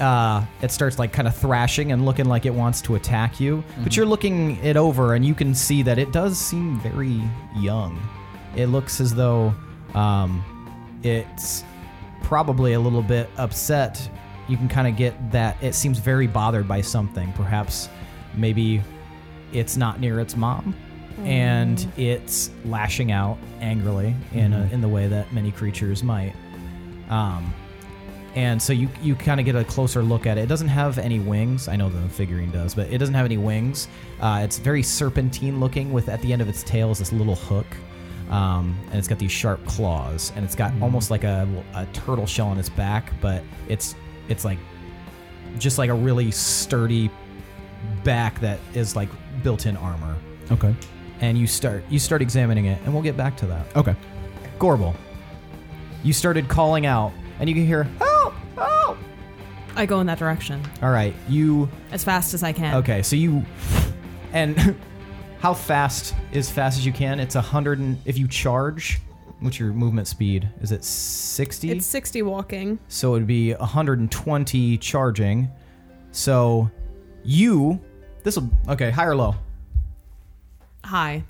uh, it starts like kind of thrashing and looking like it wants to attack you. But you're looking it over, and you can see that it does seem very young. It looks as though um, it's probably a little bit upset. You can kind of get that it seems very bothered by something. Perhaps, maybe it's not near its mom, and it's lashing out angrily in a, in the way that many creatures might. Um, and so you you kind of get a closer look at it. It doesn't have any wings. I know the figurine does, but it doesn't have any wings. Uh, it's very serpentine looking. With at the end of its tail is this little hook, um, and it's got these sharp claws, and it's got almost like a, a turtle shell on its back, but it's it's like just like a really sturdy back that is like built-in armor. Okay. And you start you start examining it, and we'll get back to that. Okay. Gorbel, you started calling out, and you can hear help, help. I go in that direction All right, you as fast as I can. okay? So you and how fast is fast as you can? It's a hundred and if you charge, what's your movement speed? Is it sixty? It's 60 walking. So it would be 120 charging. So you this will okay, high or low? Hi.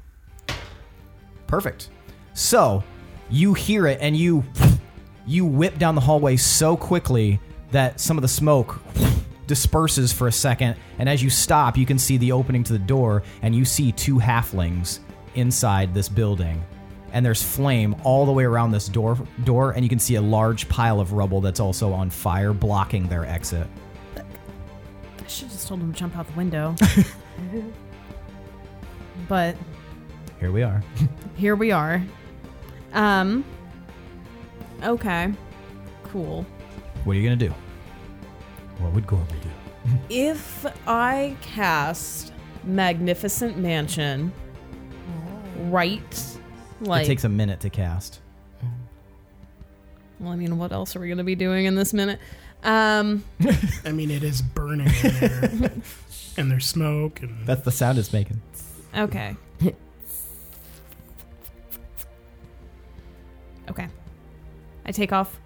Perfect. So you hear it and you you whip down the hallway so quickly that some of the smoke disperses for a second and as you stop you can see the opening to the door and you see two halflings inside this building and there's flame all the way around this door door and you can see a large pile of rubble that's also on fire blocking their exit I should have just told him to jump out the window. but here we are here we are. Um, Okay. Cool. What are you gonna do? What would Gorble do? If I cast Magnificent Mansion right like it takes a minute to cast. well, I mean, what else are we going to be doing in this minute? Um I mean, it is burning in there, and there's smoke, and That's the sound it's making. okay. okay. I take off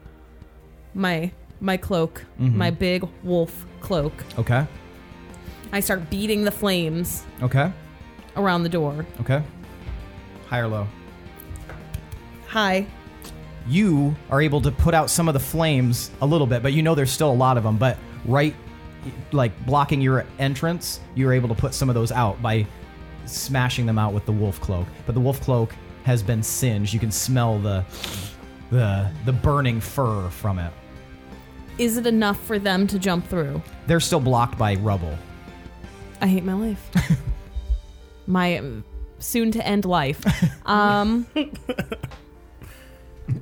my my cloak, Mhm. my big wolf cloak. Okay. I start beating the flames Okay. around the door. Okay. High or low? Hi. you are able to put out some of the flames a little bit, but you know there's still a lot of them. But right, like blocking your entrance, you're able to put some of those out by smashing them out with the wolf cloak. But the wolf cloak has been singed. You can smell the the the burning fur from it. Is it enough for them to jump through? They're still blocked by rubble. I hate my life. my um, soon to end life. Um,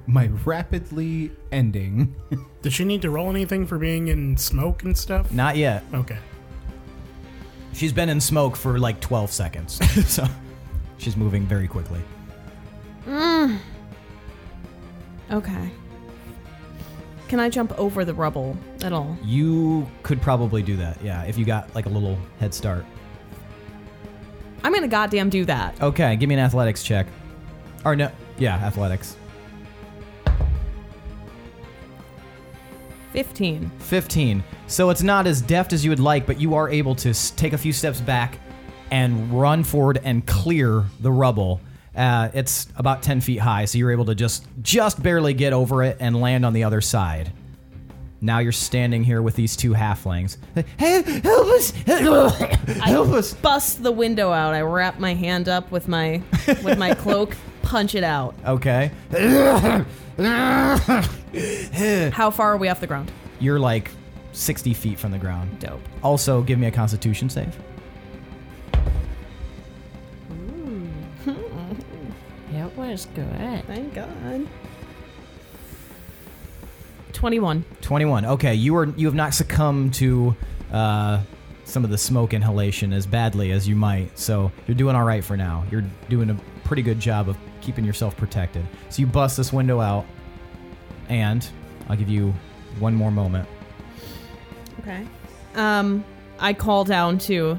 My rapidly ending. does she need to roll anything for being in smoke and stuff? Not yet. Okay. She's been in smoke for like 12 seconds, so she's moving very quickly. okay. Can I jump over the rubble at all? You could probably do that, yeah, if you got like a little head start. I'm gonna goddamn do that. Okay, give me an athletics check. Or no, yeah, athletics. Fifteen. 15. So it's not as deft as you would like, but you are able to s- take a few steps back and run forward and clear the rubble. Uh, it's about 10 feet high, so you're able to just just barely get over it and land on the other side. Now you're standing here with these two halflings. Hey, help us! Help us! Bust the window out. I wrap my hand up with my with my cloak. Punch it out. Okay. How far are we off the ground? You're like 60 feet from the ground. Dope. Also, give me a constitution save. That was good. Thank God. Twenty-one. 21 okay you are you have not succumbed to uh, some of the smoke inhalation as badly as you might so you're doing all right for now you're doing a pretty good job of keeping yourself protected so you bust this window out and i'll give you one more moment Okay. Um, I call down to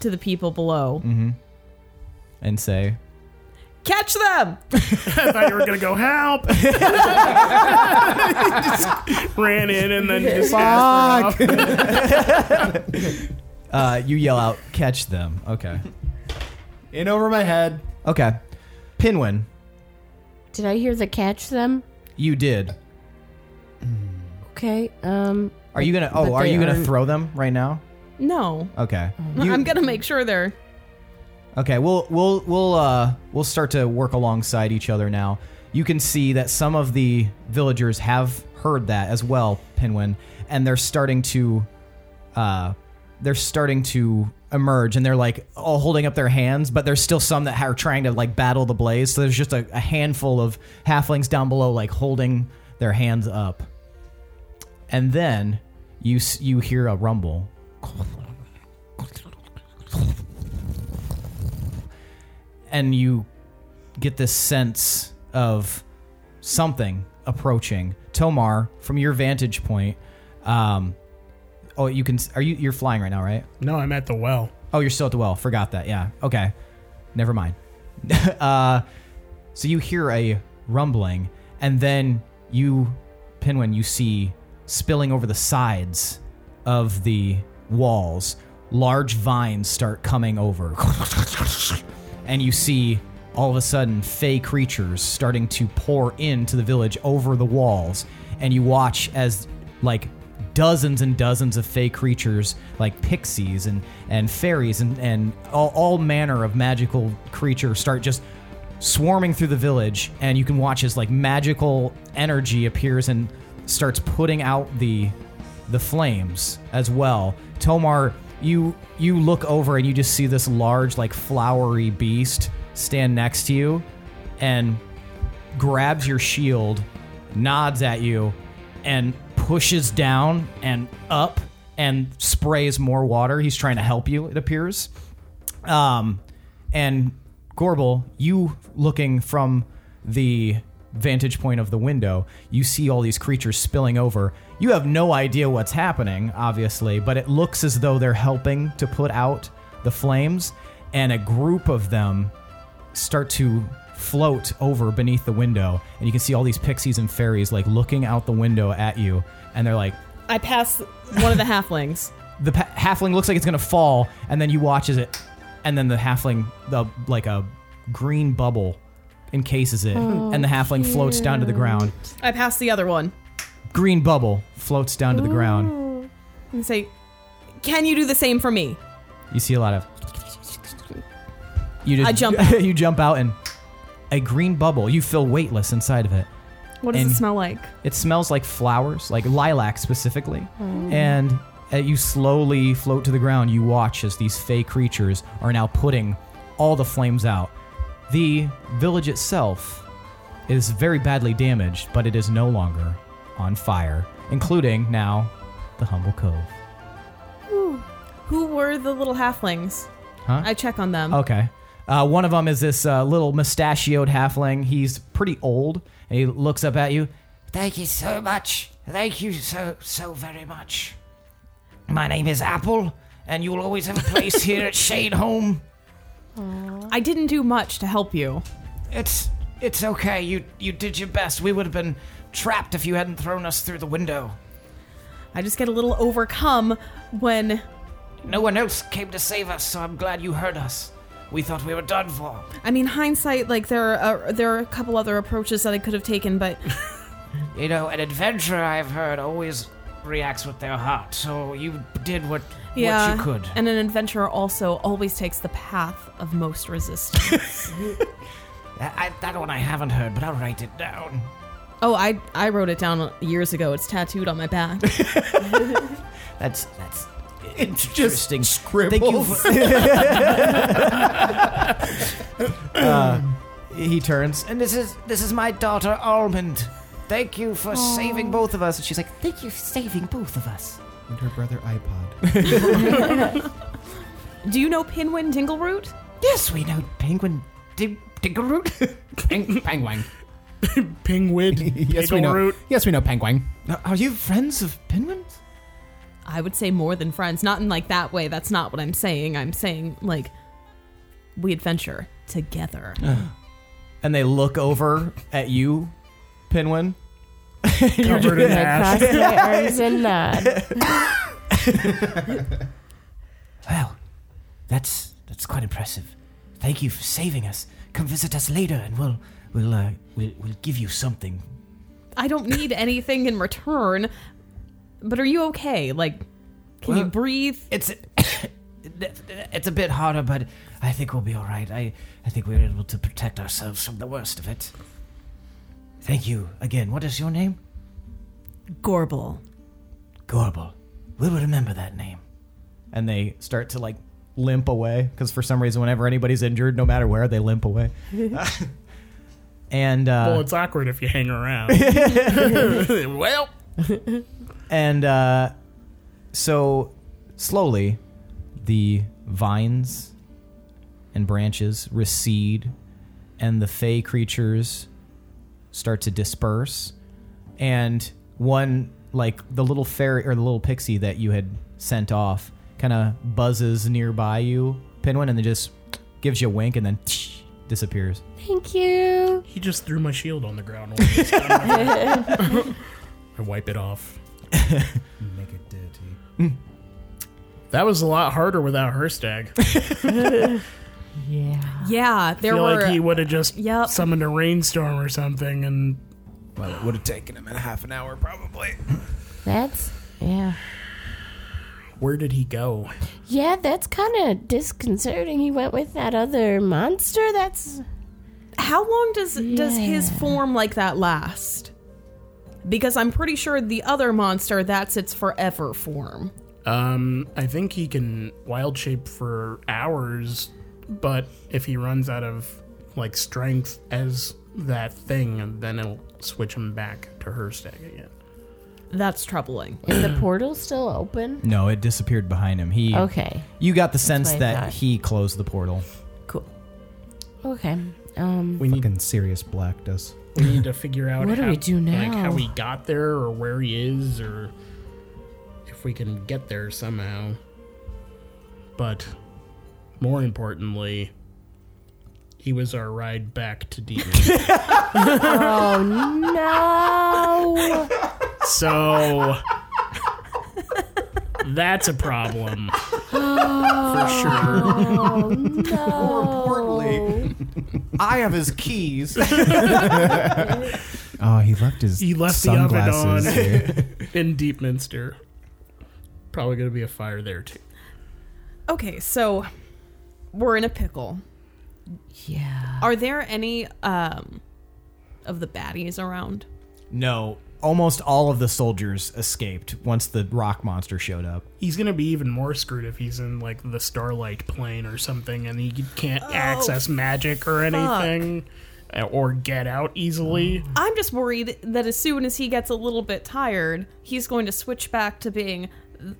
to the people below. and say Catch them! I thought you were gonna go help. Just ran in and then just asked for help. uh, you yell out catch them okay In over my head. okay pinwin Did I hear the catch them? you did Okay. Um. are you gonna oh But are they you gonna aren't- throw them right now No. okay You- I'm gonna make sure they're Okay, we'll we'll we'll uh we'll start to work alongside each other now. You can see that some of the villagers have heard that as well, Pinwin, and they're starting to uh they're starting to emerge and they're like all holding up their hands, but there's still some that are trying to like battle the blaze. So there's just a, a handful of halflings down below like holding their hands up. And then you s- you hear a rumble and you get this sense of something approaching. Tomar, from your vantage point, um, oh, you can. Are you? You're flying right now, right? No, I'm at the well. Oh, you're still at the well. Forgot that. Yeah. Okay. Never mind. uh, so you hear a rumbling, and then you, Pinwin, you see spilling over the sides of the walls, large vines start coming over. and you see all of a sudden fey creatures starting to pour into the village over the walls and you watch as like dozens and dozens of fey creatures like pixies and and fairies and and all, all manner of magical creatures start just swarming through the village and you can watch as like magical energy appears and starts putting out the the flames as well. Tomar, you you look over and you just see this large like flowery beast stand next to you and grabs your shield nods at you, and pushes down and up and sprays more water. He's trying to help you, it appears. Um, and Gorbel, you looking from the vantage point of the window, you see all these creatures spilling over. You have no idea what's happening, obviously, but it looks as though they're helping to put out the flames, and a group of them start to float over beneath the window, and you can see all these pixies and fairies like looking out the window at you, and they're like, I pass one of the halflings. the pa- halfling looks like it's gonna fall, and then you watch as it, and then the halfling, the like a green bubble, encases it, and the halfling floats down to the ground. I pass the other one Green bubble floats down to the ground. and say, "Can you do the same for me?" You see a lot of. You just, I jump you jump out and a green bubble. You feel weightless inside of it. What does And- it smell like? It smells like flowers, like lilac specifically. And uh, you slowly float to the ground. You watch as these fey creatures are now putting all the flames out. The village itself is very badly damaged, but it is no longer on fire, including now the Humble Cove. Who were the little halflings? Huh? I check on them. Okay. Uh, one of them is this uh, little mustachioed halfling. He's pretty old, and he looks up at you. Thank you so much. Thank you so, so very much. My name is Apple, and you'll always have a place here at Shade Home. I didn't do much to help you. It's it's okay. You you did your best. We would have been trapped if you hadn't thrown us through the window. I just get a little overcome when No one else came to save us, so I'm glad you heard us. We thought we were done for. I mean hindsight. Like there are uh, there are a couple other approaches that I could have taken, but You know, an adventurer I've heard always reacts with their heart. So you did what yeah, what you could. And an adventurer also always takes the path of most resistance. I, I- that one I haven't heard, but I'll write it down. oh, I I wrote it down years ago. It's tattooed on my back. That's that's It's interesting. Scribbles. Thank you. for- Uh, he turns. And this is this is my daughter Almond. Thank you for saving both of us. And she's like, thank you for saving both of us. And her brother iPod. do you know Pinwin Dingleroot? Yes, we know penguin dig diggeroot. Peng- penguin. Pingwid. yes, we know. Root. Yes, we know Penguin. Are you friends of penguins? I would say more than friends, not in like that way. That's not what I'm saying. I'm saying like we adventure together. Uh. And they look over at you, Penguin. Covered in ash. Cross my arms and nod. Wow, that's that's quite impressive. Thank you for saving us. Come visit us later, and we'll we'll uh, we'll, we'll give you something. I don't need anything in return. But are you okay? Like, can you Well- breathe? It's it's a bit harder, but I think we'll be all right. I I think we're able to protect ourselves from the worst of it. Thank you again. What is your name? Gorble. Gorbel. We'll remember that name. And they start to like limp away because for some reason, whenever anybody's injured, no matter where, they limp away. and uh, Well, it's awkward if you hang around. well, And uh, so slowly, the vines and branches recede, and the fey creatures start to disperse. And one, like the little fairy or the little pixie that you had sent off, kind of buzzes nearby you, Pinwin, and then just gives you a wink and then disappears. Thank you. he just threw my shield on the ground. while he was down there. I wipe it off. Make it dirty. That was a lot harder without Herstag. I Yeah, there feel were. like he would have just Yep. summoned a rainstorm or something and Well, it would have taken him in half an hour, probably. That's yeah. where did he go? Yeah, that's kind of disconcerting. He went with that other monster. That's How long does does his form like that last? Because I'm pretty sure the other monster that's its forever form. Um, I think he can wild shape for hours, but if he runs out of like strength as that thing, then it'll switch him back to her stack again. That's troubling. Is the portal still open? No, it disappeared behind him. He Okay. You got the sense what I that thought. he closed the portal. Okay. Um. We Fucking serious black does. We need to figure out What do how, we do Like now? how he got there or where he is or if we can get there somehow. But more importantly, he was our ride back to Demon. Oh, No. so that's a problem. Oh. For sure. No. I have his keys. Oh, he left his He left the oven sunglasses on. here. In Deepminster. Probably going to be a fire there too. Okay, so we're in a pickle. Yeah. Are there any um of the baddies around? no, almost all of the soldiers escaped once the rock monster showed up. He's gonna be even more screwed if he's in like the starlight plane or something, and he can't Oh, access magic or anything, uh, or get out easily. I'm just worried that as soon as he gets a little bit tired, he's going to switch back to being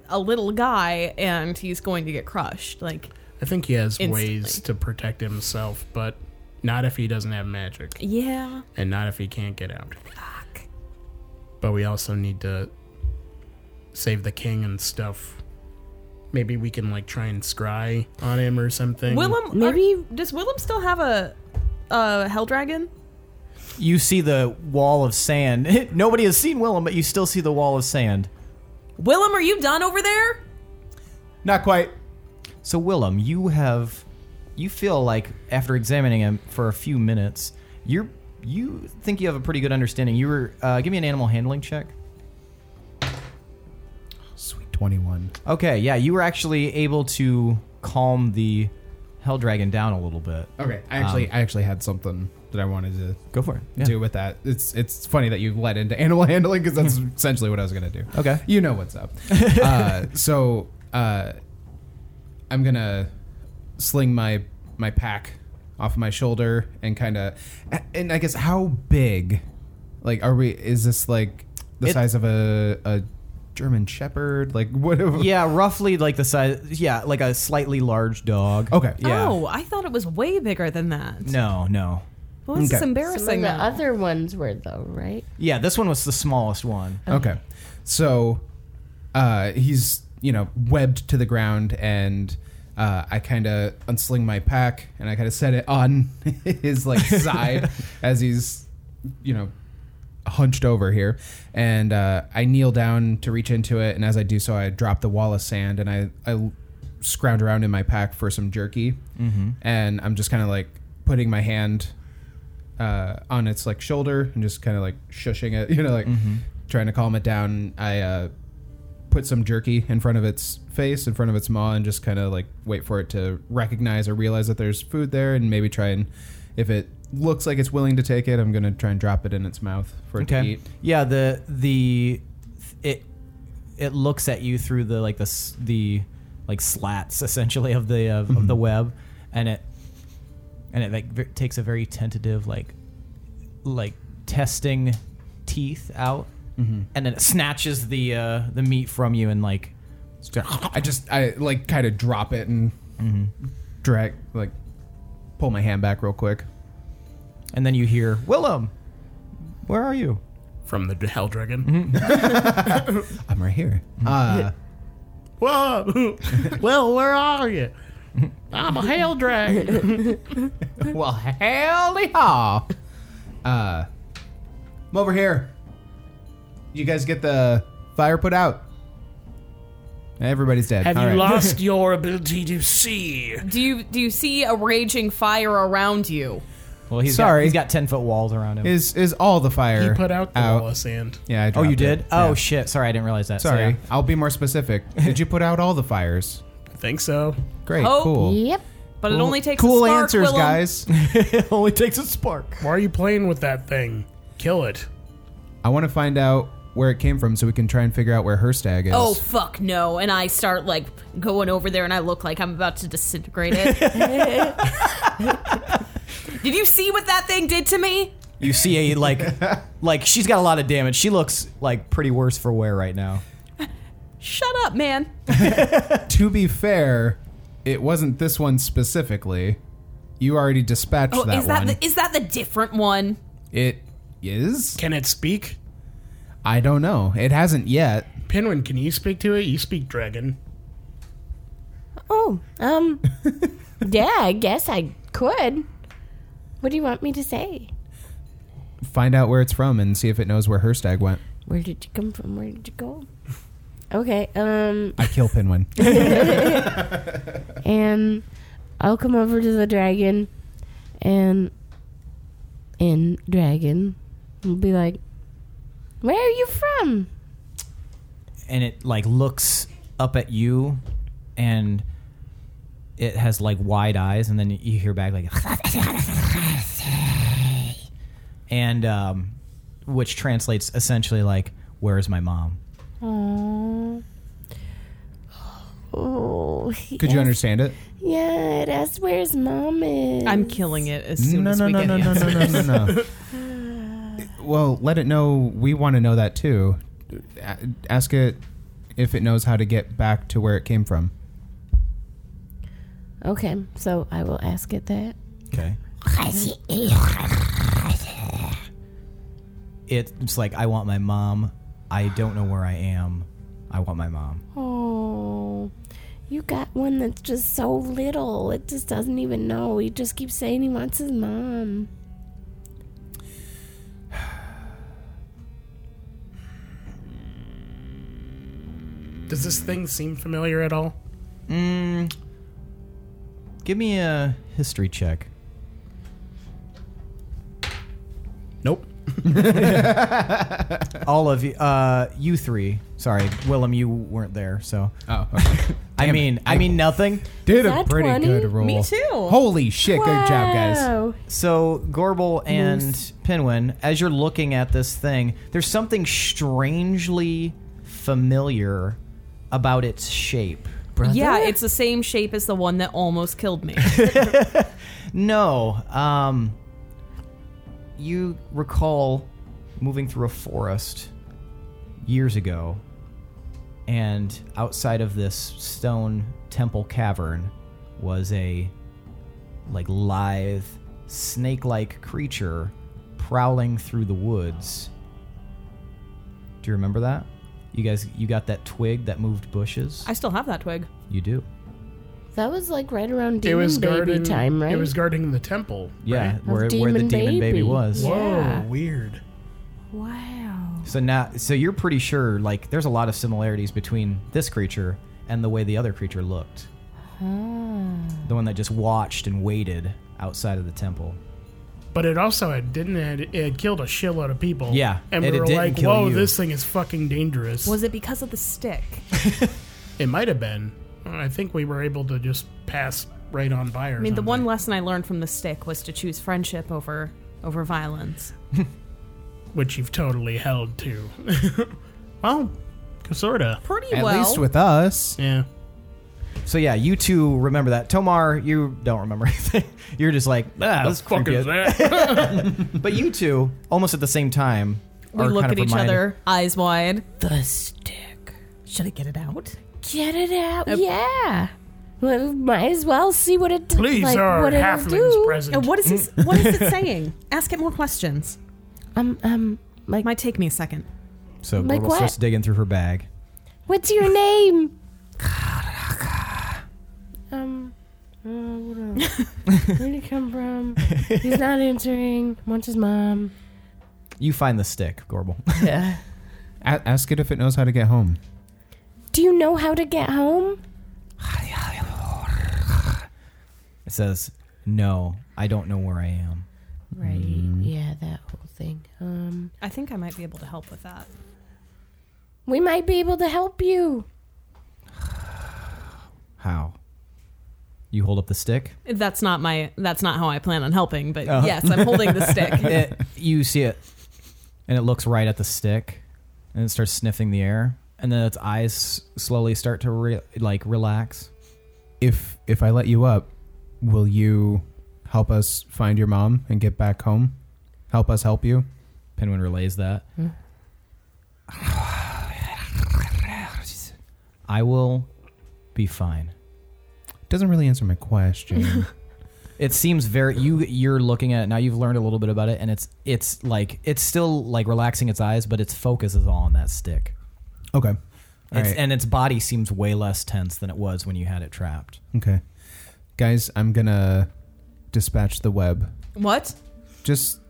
a little guy and he's going to get crushed. Like, I think he has ways Instantly. to protect himself, but not if he doesn't have magic, yeah. and not if he can't get out. But we also need to save the king and stuff. Maybe we can like try and scry on him or something. Willem, Maybe- are- does Willem still have a a hell dragon? You see the wall of sand. Nobody has seen Willem, but you still see the wall of sand. Willem, are you done over there? Not quite. So Willem, you have you feel like after examining him for a few minutes, you're you think you have a pretty good understanding. You were uh, give me an animal handling check. Sweet 21. Okay, yeah, you were actually able to calm the hell dragon down a little bit. Okay, I actually I actually had something that I wanted to Go for it. Yeah. do with that. It's it's funny that you led into animal handling because that's essentially what I was gonna do. Okay. you know what's up. uh, so uh, I'm gonna sling my my pack off my shoulder and kind of and I guess how big, like, are we? Is this like the It- size of a a German Shepherd? Like what? Yeah, roughly like the size. Yeah, like a slightly large dog. Okay. Yeah. Oh, I thought it was way bigger than that. No, no. Well, this is Okay. Some of embarrassing. the now. other ones were though, right? Yeah, this one was the smallest one. Okay. So uh, he's, you know, webbed to the ground, and uh, I kind of unsling my pack and I kind of set it on his, like, side as he's, you know, hunched over here. And uh, I kneel down to reach into it, and as I do so, I drop the wall of sand and I, I scrounge around in my pack for some jerky. Mm-hmm. And I'm just kind of like putting my hand uh, on its like shoulder and just kind of like shushing it, you know, like Mm-hmm. trying to calm it down. I uh, put some jerky in front of its face, in front of its maw, and just kind of like wait for it to recognize or realize that there's food there, and maybe try and if it looks like it's willing to take it, I'm gonna try and drop it in its mouth for it to Okay. eat. Yeah, the the it it looks at you through the like the s- the like slats essentially of the of, of the web, and it and it like v- takes a very tentative like like testing teeth out, and then it snatches the uh, the meat from you and like I just I like kind of drop it and Mm-hmm. drag like pull my hand back real quick. and then you hear Willem, where are you? From the Hell Dragon. I'm right here. Uh, Whoa! well, where are you? I'm a Hell Dragon. well, howdy haw. Uh, I'm over here. You guys get the fire put out. Everybody's dead. Have All you right. lost your ability to see? Do you do you see a raging fire around you? Well, he's Sorry. Got, he's got ten foot walls around him. Is is all the fire? He put out the wall of sand. Yeah. I oh, dropped you it. did? Yeah. Oh shit! Sorry, I didn't realize that. So, Sorry. yeah. I'll be more specific. Did you put out all the fires? Think so. Great. Oh, cool. Yep. But it only takes cool a spark, answers, Willem. guys. it only takes a spark. Why are you playing with that thing? Kill it. I want to find out where it came from so we can try and figure out where her stag is. Oh fuck no! And I start like going over there, and I look like I'm about to disintegrate it. did you see what that thing did to me? You see a like, like she's got a lot of damage. She looks like pretty worse for wear right now. Shut up, man. To be fair, it wasn't this one specifically. You already dispatched Oh, that, is that one. the, is that the different one? it is? Can it speak? I don't know. It hasn't yet. Penguin, can you speak to it? You speak dragon. Oh, um, yeah, I guess I could. What do you want me to say? Find out where it's from and see if it knows where her stag went. Where did you come from? Where did you go? Okay, um, I kill Pinwin. and I'll come over to the dragon, and and dragon will be like, "Where are you from?" and it like looks up at you and it has like wide eyes and then you hear back like and um which translates essentially like where is my mom Aww. Oh, he Could you asked- understand it? Yeah, it asked where's mom is. I'm killing it as soon as we get the answer. no, no, no, no. well, let it know. We want to know that too. A- Ask it if it knows how to get back to where it came from. Okay, so I will ask it that. okay it's like i want my mom i don't know where i am i want my mom Oh, you got one that's just so little. It just doesn't even know. He just keeps saying he wants his mom. Does this thing seem familiar at all? give me a history check Nope. all of you uh you three sorry willem you weren't there so Oh, okay. I mean, I mean nothing. did a that pretty 20? good roll. Me too. Holy shit! Good job, guys. Wow. So Gorbel and Pinwin, as you're looking at this thing, there's something strangely familiar about its shape. Yeah, it's the same shape as the one that almost killed me. No, um, you recall moving through a forest years ago, and outside of this stone temple cavern was a like lithe, snake-like creature prowling through the woods. Do you remember that? You guys, you got that twig that moved bushes. I still have that twig. you do. That was like right around it demon was baby guarding time, right? It was guarding the temple. Yeah, right? where, Of where the Demon demon baby Baby. was. Whoa, Yeah. weird. wow. So now, so you're pretty sure like there's a lot of similarities between this creature and the way the other creature looked, Hmm. the one that just watched and waited outside of the temple. But it also had didn't it, it had killed a shitload of people. Yeah, and we and it were didn't like, kill "Whoa, you." this thing is fucking dangerous." Was it because of the stick? It might have been. I think we were able to just pass right on by. Or I mean, the one lesson I learned from the stick was to choose friendship over over violence. which you've totally held to. well, sorta. Pretty At well. least with us. Yeah. So yeah, you two remember that. Tomar, you don't remember anything. You're just like, ah, this Fuck creepy. is that? But you two, almost at the same time, we are look kind at of each reminded- other, eyes wide. The stick. Should I get it out? Get it out. yeah. Well, might as well see what it Please like, are what it'll halflings do. present. And what is this, what is it saying? Ask it more questions. Um, um, like, Might take me a second. So Like Gorbel what? starts digging through her bag. what's your name? um, uh, what else? where did he come from? He's not answering. Wants his mom. You find the stick, Gorbel. A- ask it if it knows how to get home. Do you know how to get home? it says, "No, I don't know where I am." Right. Mm. Yeah, that whole thing. Um, I think I might be able to help with that. we might be able to help you. How? You hold up the stick. That's not my. That's not how I plan on helping. But Oh. yes, I'm holding the stick. it, you see it, and it looks right at the stick, and it starts sniffing the air, and then its eyes slowly start to re- like relax. If if I let you up, will you help us find your mom and get back home? help us help you. Penguin relays that. I will be fine. Doesn't really answer my question. It seems very you you're looking at it now you've learned a little bit about it and it's it's like it's still like relaxing its eyes but its focus is all on that stick. okay. All It's, right. and its body seems way less tense than it was when you had it trapped. okay. Guys, I'm going to dispatch the web. What? Just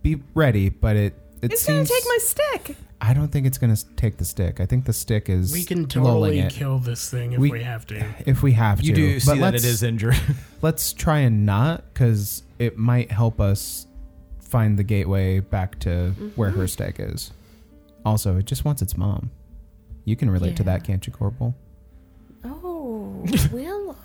be ready, but it it It's seems gonna take my stick. I don't think it's going to take the stick. I think the stick is We can lulling totally it. kill this thing if We- we, have to. if we have You to. do see that let's- it is injured. Let's try and not, because it might help us find the gateway back to Mm-hmm. where her stag is. Also, it just wants its mom. You can relate to Yeah. that, can't you, Corporal? Oh, Will.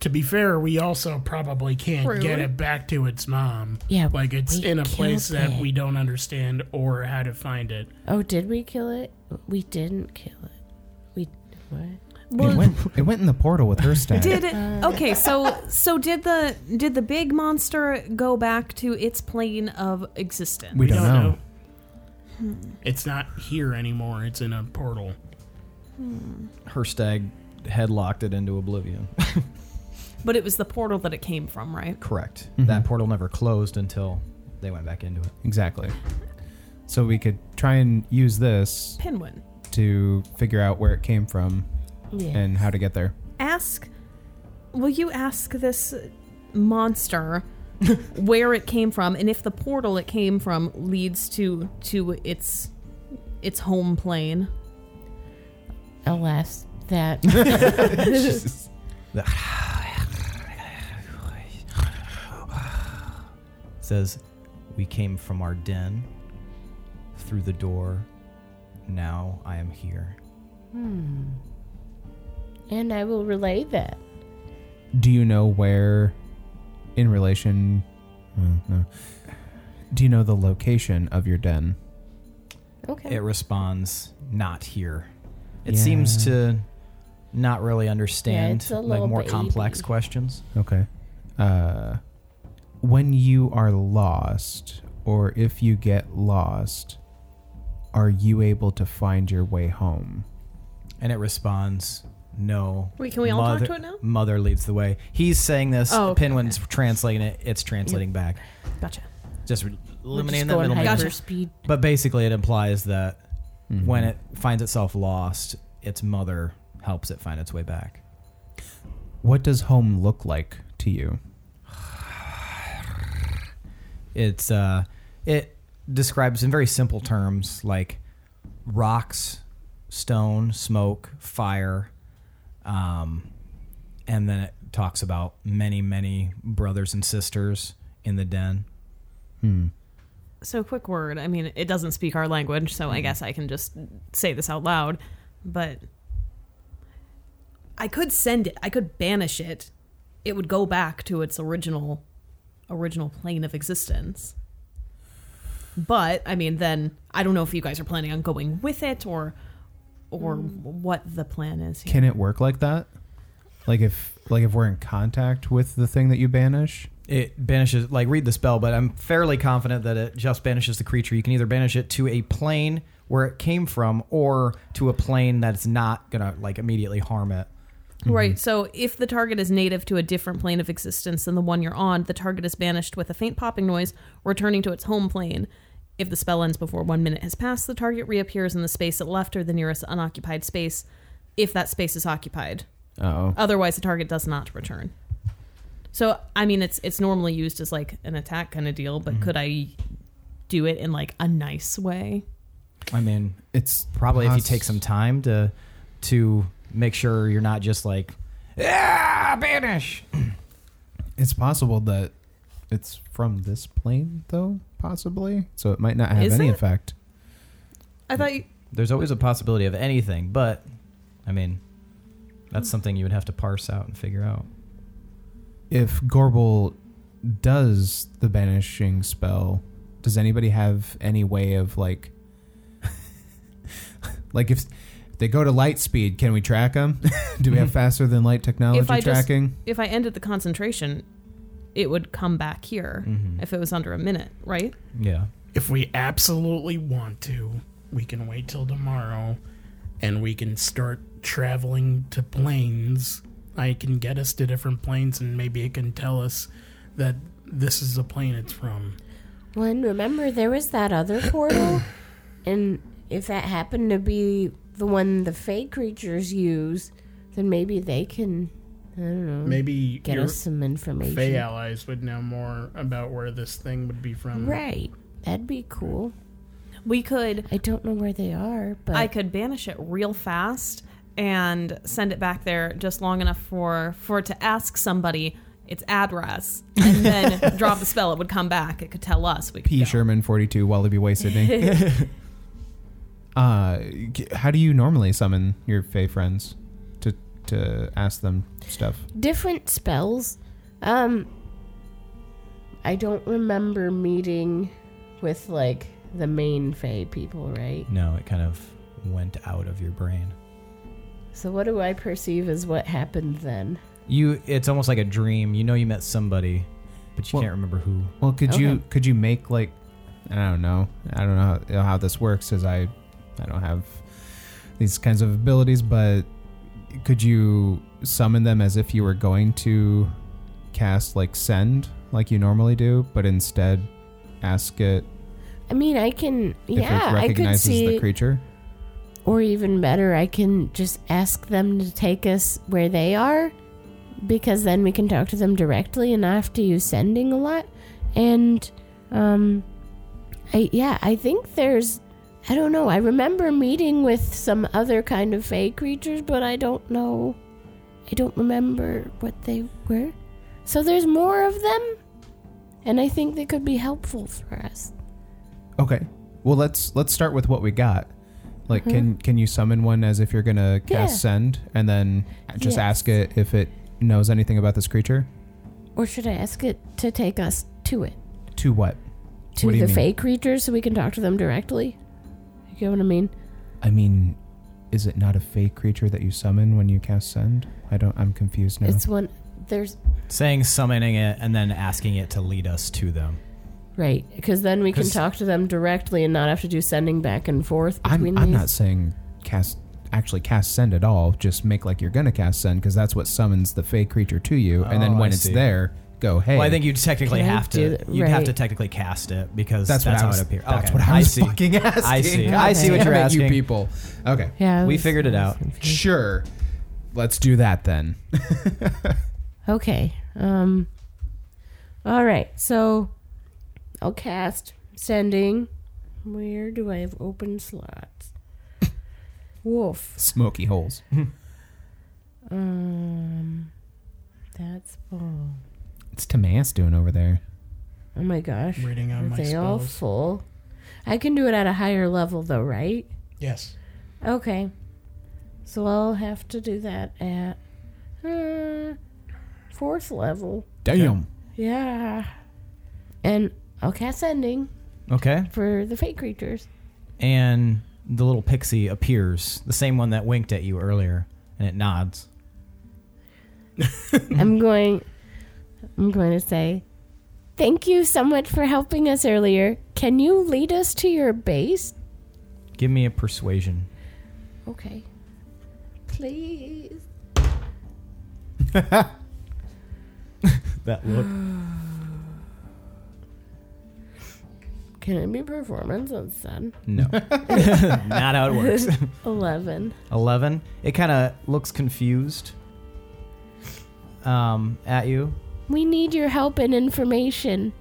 To be fair, we also probably can't True. get it back to its mom. Yeah, like it's we in a killed place that it. we don't understand or how to find it. Oh, did we kill it? We didn't kill it. We what? it went. It went in the portal with her stag. Did it? Okay, so so did the did the big monster go back to its plane of existence? We don't know. It's not here anymore. It's in a portal. Her stag headlocked it into oblivion. But it was the portal that it came from, right? Correct. That portal never closed until they went back into it. Exactly. So we could try and use this Pinwin. to figure out where it came from Yeah. and how to get there. Ask. Will you ask this monster where it came from and if the portal it came from leads to to its its home plane? Alas, that says, We came from our den through the door. Now I am here. and I will relay that. Do you know where, in relation? mm, no. Do you know the location of your den? Okay. It responds, Not here. It Yeah. seems to not really Yeah, understand it's a like little more complex baby. questions. Okay. Uh, when you are lost, or if you get lost, are you able to find your way home? And it responds, No. Wait, can we all talk to it now? Mother leads the way. He's saying this. Oh, okay, Pinwin's translating it. It's translating back. Gotcha. Just re- We're just eliminating the going middleman. hyper speed. But basically, it implies that when it finds itself lost, its mother helps it find its way back. What does home look like to you? It's uh, it describes in very simple terms like rocks, stone, smoke, fire, um, and then it talks about many, many brothers and sisters in the den. So, quick word. I mean, it doesn't speak our language, so I guess I can just say this out loud. But I could send it. I could banish it. It would go back to its original, original plane of existence. But I mean, then I don't know if you guys are planning on going with it or, or what the plan is. Here. Can it work like that? Like if like if we're in contact with the thing that you banish? It banishes, like, read the spell, but I'm fairly confident that it just banishes the creature. You can either banish it to a plane where it came from or to a plane that's not going to, like, immediately harm it. Right. So if the target is native to a different plane of existence than the one you're on, the target is banished with a faint popping noise, returning to its home plane. If the spell ends before one minute has passed, the target reappears in the space it left or the nearest unoccupied space, if that space is occupied. Oh, Otherwise, the target does not return. So, I mean, it's it's normally used as like an attack kind of deal, but could I do it in like a nice way? I mean, it's probably if you poss- take some time to to make sure you're not just like, ah, banish. It's possible that it's from this plane, though, possibly. So it might not have Is any it? effect. I thought you, There's always a possibility of anything, but, I mean, that's something you would have to parse out and figure out. If Gorbel does the banishing spell, does anybody have any way of like, like if they go to light speed, can we Oh, track them? Do we have faster than light technology I just- tracking? if I ended the concentration, it would come back here Mm-hmm. if it was under a minute, right? Yeah. If we absolutely want to, we can wait till tomorrow and we can start traveling to planes. I can get us to different planes and maybe it can tell us that this is the plane it's from. Well, and remember, there was that other portal, and if that happened to be the one the fake creatures use, then maybe they can, I don't know, Maybe Mm-hmm. get your us some information. Fey allies would know more about where this thing would be from. Right. That'd be cool. We could I don't know where they are, but I could banish it real fast and send it back there just long enough for for it to ask somebody its address and then drop the spell. It would come back. It could tell us. We could P. go. Sherman, 42, Wallaby Way, Sydney. uh, g- how do you normally summon your Fey friends to to ask them stuff? different spells. Um, I don't remember meeting with like the main Fey people, right? No, it kind of went out of your brain. So what do I perceive as what happened then? You, it's almost like a dream. You know, you met somebody, but you Well- can't remember who. Well, could you Okay. could you make like I don't know I don't know how, how this works because I I don't have these kinds of abilities, but could you summon them as if you were going to cast like send like you normally do, but instead ask it I mean, I can, yeah, if it I could recognizes the see, creature? or even better, I can just ask them to take us where they are, because then we can talk to them directly and not have to use sending a lot. And, um, I yeah, I think there's, I don't know. I remember meeting with some other kind of fey creatures, but I don't know, I don't remember what they were. So there's more of them, and I think they could be helpful for us. Okay. Well, let's let's start with what we got. Like, can can you summon one as if you're gonna cast Mm-hmm. Yeah. send, and then just Yes. ask it if it knows anything about this creature? Or should I ask it to take us to it? To what? To What do you the mean? fake creatures so we can talk to them directly? You get what I mean? I mean, is it not a fake creature that you summon when you cast send? I don't. I'm confused now. It's one. There's. Saying summoning it and then asking it to lead us to them. Right. Because then we can 'Cause- talk to them directly and not have to do sending back and forth between I'm, I'm these. not saying cast actually cast send at all. Just make like you're gonna cast send because that's what summons the fake creature to you, and Oh, then when I it's see. there, go hey. Well, I think you'd technically Can I have to. do that? You'd have Right. to technically cast it because that's, that's, what I how was, it appears. That's Okay, what I was see. fucking asking. I see. I see what God you're damn it, asking. You people. Okay. Yeah. I We was- figured it out. Sure. Let's do that then. Okay. Um. All right. So, I'll cast sending. Where do I have open slots? Wolf. Smoky holes. Um. That's full. It's Timaeus doing over there. Oh my gosh. Reading Are on my they all spells. full? I can do it at a higher level though, right? Yes. Okay. So I'll have to do that at uh, fourth level. Damn. Yeah. And I'll cast sending Okay. for the fake creatures. And the little pixie appears, the same one that winked at you earlier, and it nods. I'm going I'm going to say thank you so much for helping us earlier. Can you lead us to your base? Give me a persuasion. Okay. Please. That look. Can it be performance instead? No. Not how it works. 11. 11. It kind of looks confused um, at you. We need your help and information.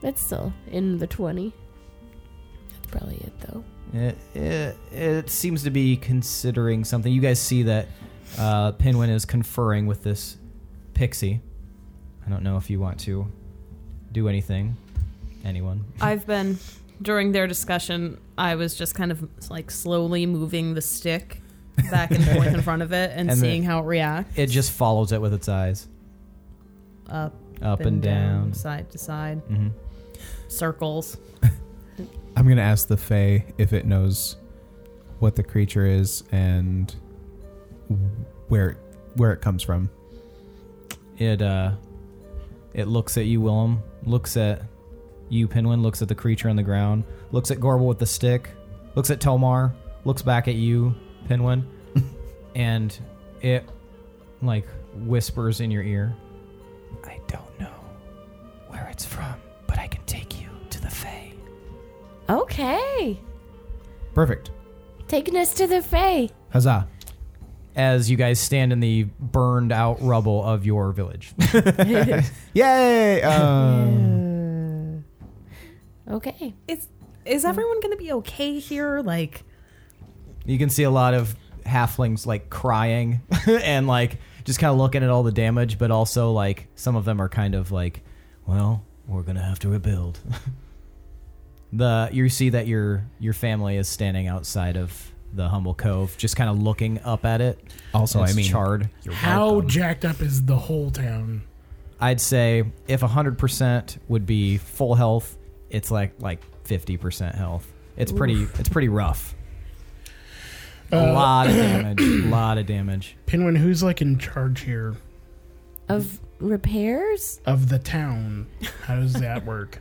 That's still in the 20. That's probably it, though. It, it, it seems to be considering something. You guys see that uh, Pinwin is conferring with this pixie. I don't know if you want to do anything. Anyone. I've been during their discussion. I was just kind of like slowly moving the stick back and forth in front of it and, And the- seeing how it reacts It just follows it with its eyes. up, Up and, down. side to side, Mhm. circles. I'm gonna ask the Fey if it knows what the creature is and where where it comes from. It uh, It looks at you, Willem. Looks at you, Pinwin. Looks at the creature on the ground. Looks at Gorbel with the stick. Looks at Tomar. Looks back at you, Pinwin. and it, like, whispers in your ear. I don't know where it's from, but I can take you to the Fae. Okay. Perfect. Taking us to the Fae. Huzzah. As you guys stand in the burned out rubble of your village. Yay! Um, Hmm. Okay. Is is everyone going to be okay here? Like, You can see a lot of halflings like crying and like just kind of looking at all the damage, but also like some of them are kind of like, well, we're gonna have to rebuild. the you see that your your family is standing outside of the humble cove, just kind of looking up at it. also, it's I mean, charred. How jacked up is the whole town? I'd say if hundred percent would be full health, it's like like fifty percent health. It's pretty it's pretty rough. A Uh, lot of damage. A lot of damage. Pinwin, who's like in charge here Of repairs? of the town? How does that work?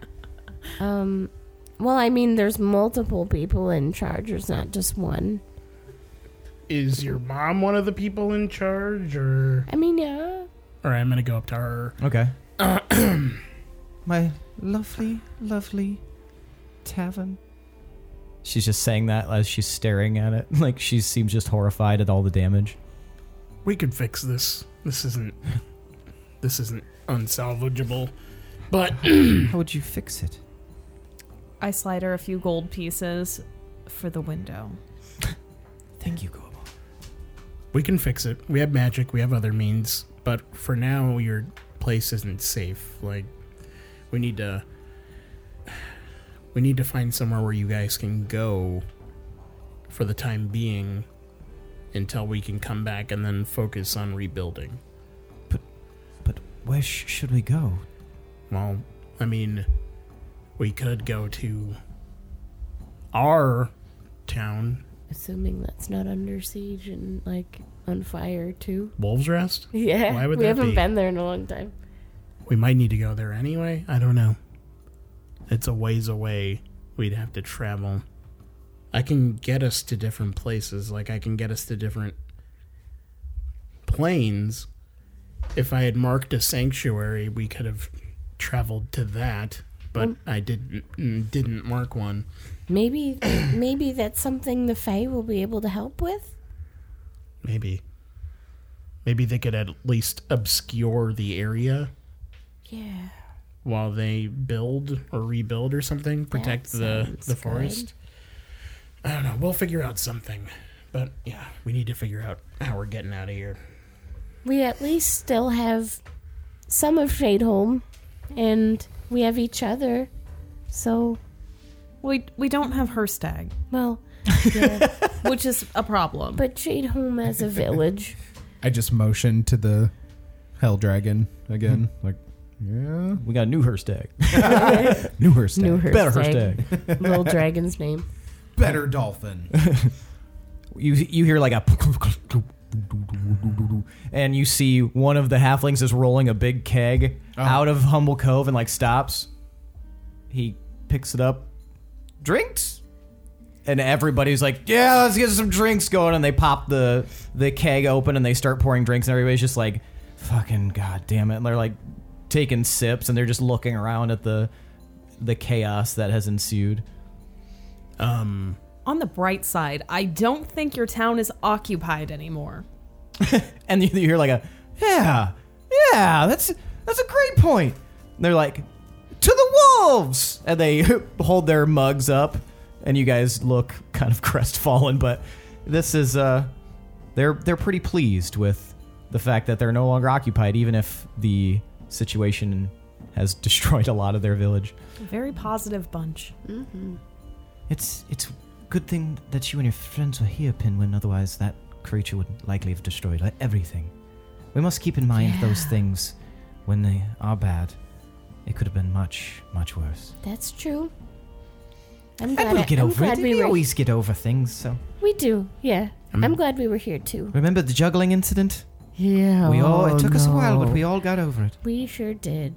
Um, well, I mean, there's multiple people in charge. There's not just one. Is your mom one of the people in charge, or? I mean, yeah. All right, I'm gonna go up to her. Okay. My lovely, lovely tavern. She's just saying that as she's staring at it. Like she seems just horrified at all the damage. We could fix this. This isn't. This isn't unsalvageable. But How would you fix it? I slide her a few gold pieces for the window. Thank you, Gorbel. we can fix it. We have magic. We have other means. But for now, your place isn't safe. Like, we need to. We need to find somewhere where you guys can go for the time being until we can come back and then focus on rebuilding. But where sh- should we go? Well, I mean, we could go to our town, Assuming that's not under siege and like on fire too. Wolves Rest. Yeah. Why would we that haven't be? been there in a long time. We might need to go there anyway. I don't know. It's a ways away. We'd have to travel. I can get us to different places. Like, I can get us to different planes. If I had marked a sanctuary, we could have traveled to that. But I didn't didn't mark one. Maybe, maybe that's something the Fae will be able to help with. Maybe. Maybe they could at least obscure the area Yeah. while they build or rebuild or something, protect the sounds the good. forest. I don't know. We'll figure out something. But yeah, we need to figure out how we're getting out of here. We at least still have some of Shadeholm, and we have each other. So, We we don't have her stag, well, which is a problem. but Shadeholm as a village. I just motioned to the hell dragon again. like, Mm-hmm. yeah. We got a new Hearst egg. New her stag. Herst Better Hearst egg. Little dragon's name. Better dolphin. You you hear like a and you see one of the halflings is rolling a big keg out of Humble Cove and like stops. He picks it up, drinks, and everybody's like, "Yeah, let's get some drinks going." And they pop the the keg open and they start pouring drinks, and everybody's just like, "Fucking god damn it!" And they're like taking sips and they're just looking around at the the chaos that has ensued. Um On the bright side, I don't think your town is occupied anymore. and you, you hear like a yeah yeah that's that's a great point And they're like to the wolves and they hold their mugs up and you guys look kind of crestfallen but this is uh they're they're pretty pleased with the fact that they're no longer occupied even if the situation has destroyed a lot of their village Very positive bunch. It's it's good thing that you and your friends were here, Pinwin. Otherwise, that creature would likely have destroyed like, everything. We must keep in mind those things when they are bad. It could have been much, much worse. That's true. I'm I glad, will get I'm over it. glad We, we were. always get over things. So We do, yeah. Mm. I'm glad we were here too. remember the juggling incident? Yeah. we all. It took us a while, but we all got over it. We sure did.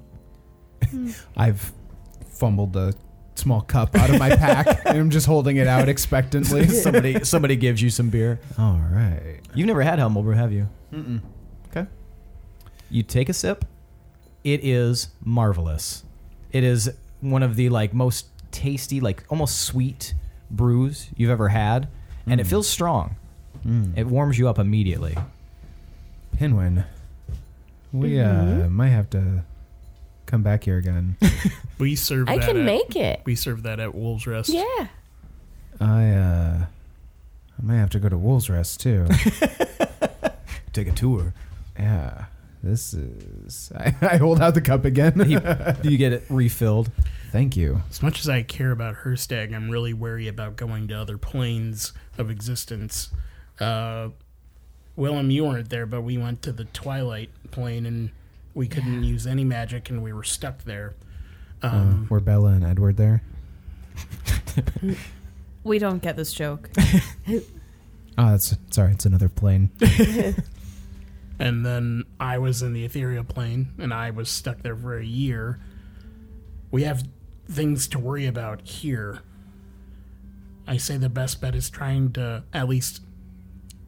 I've fumbled the small cup out of my pack and I'm just holding it out expectantly. somebody somebody gives you some beer. All right. You've never had Hummelbrew, have you? Mm-mm. Okay. You take a sip. It is marvelous. It is one of the like most tasty, like almost sweet brews you've ever had, and it feels strong. It warms you up immediately. Pinwin, we uh, might have to come back here again. We serve I that can at, make it. We serve that at Wolves Rest. Yeah. I uh, I may have to go to Wolves Rest too. Take a tour. yeah. This is. I, I hold out the cup again. you get it refilled. Thank you. As much as I care about Herstag, I'm really wary about going to other planes of existence. Uh, Willem, you weren't there, but we went to the Twilight plane and we couldn't use any magic and we were stuck there. Uh-huh. Um, Were Bella and Edward there? We don't get this joke. Oh, that's sorry. It's another plane. and then I was in the ethereal plane and I was stuck there for a year. We have things to worry about here. I say the best bet is trying to at least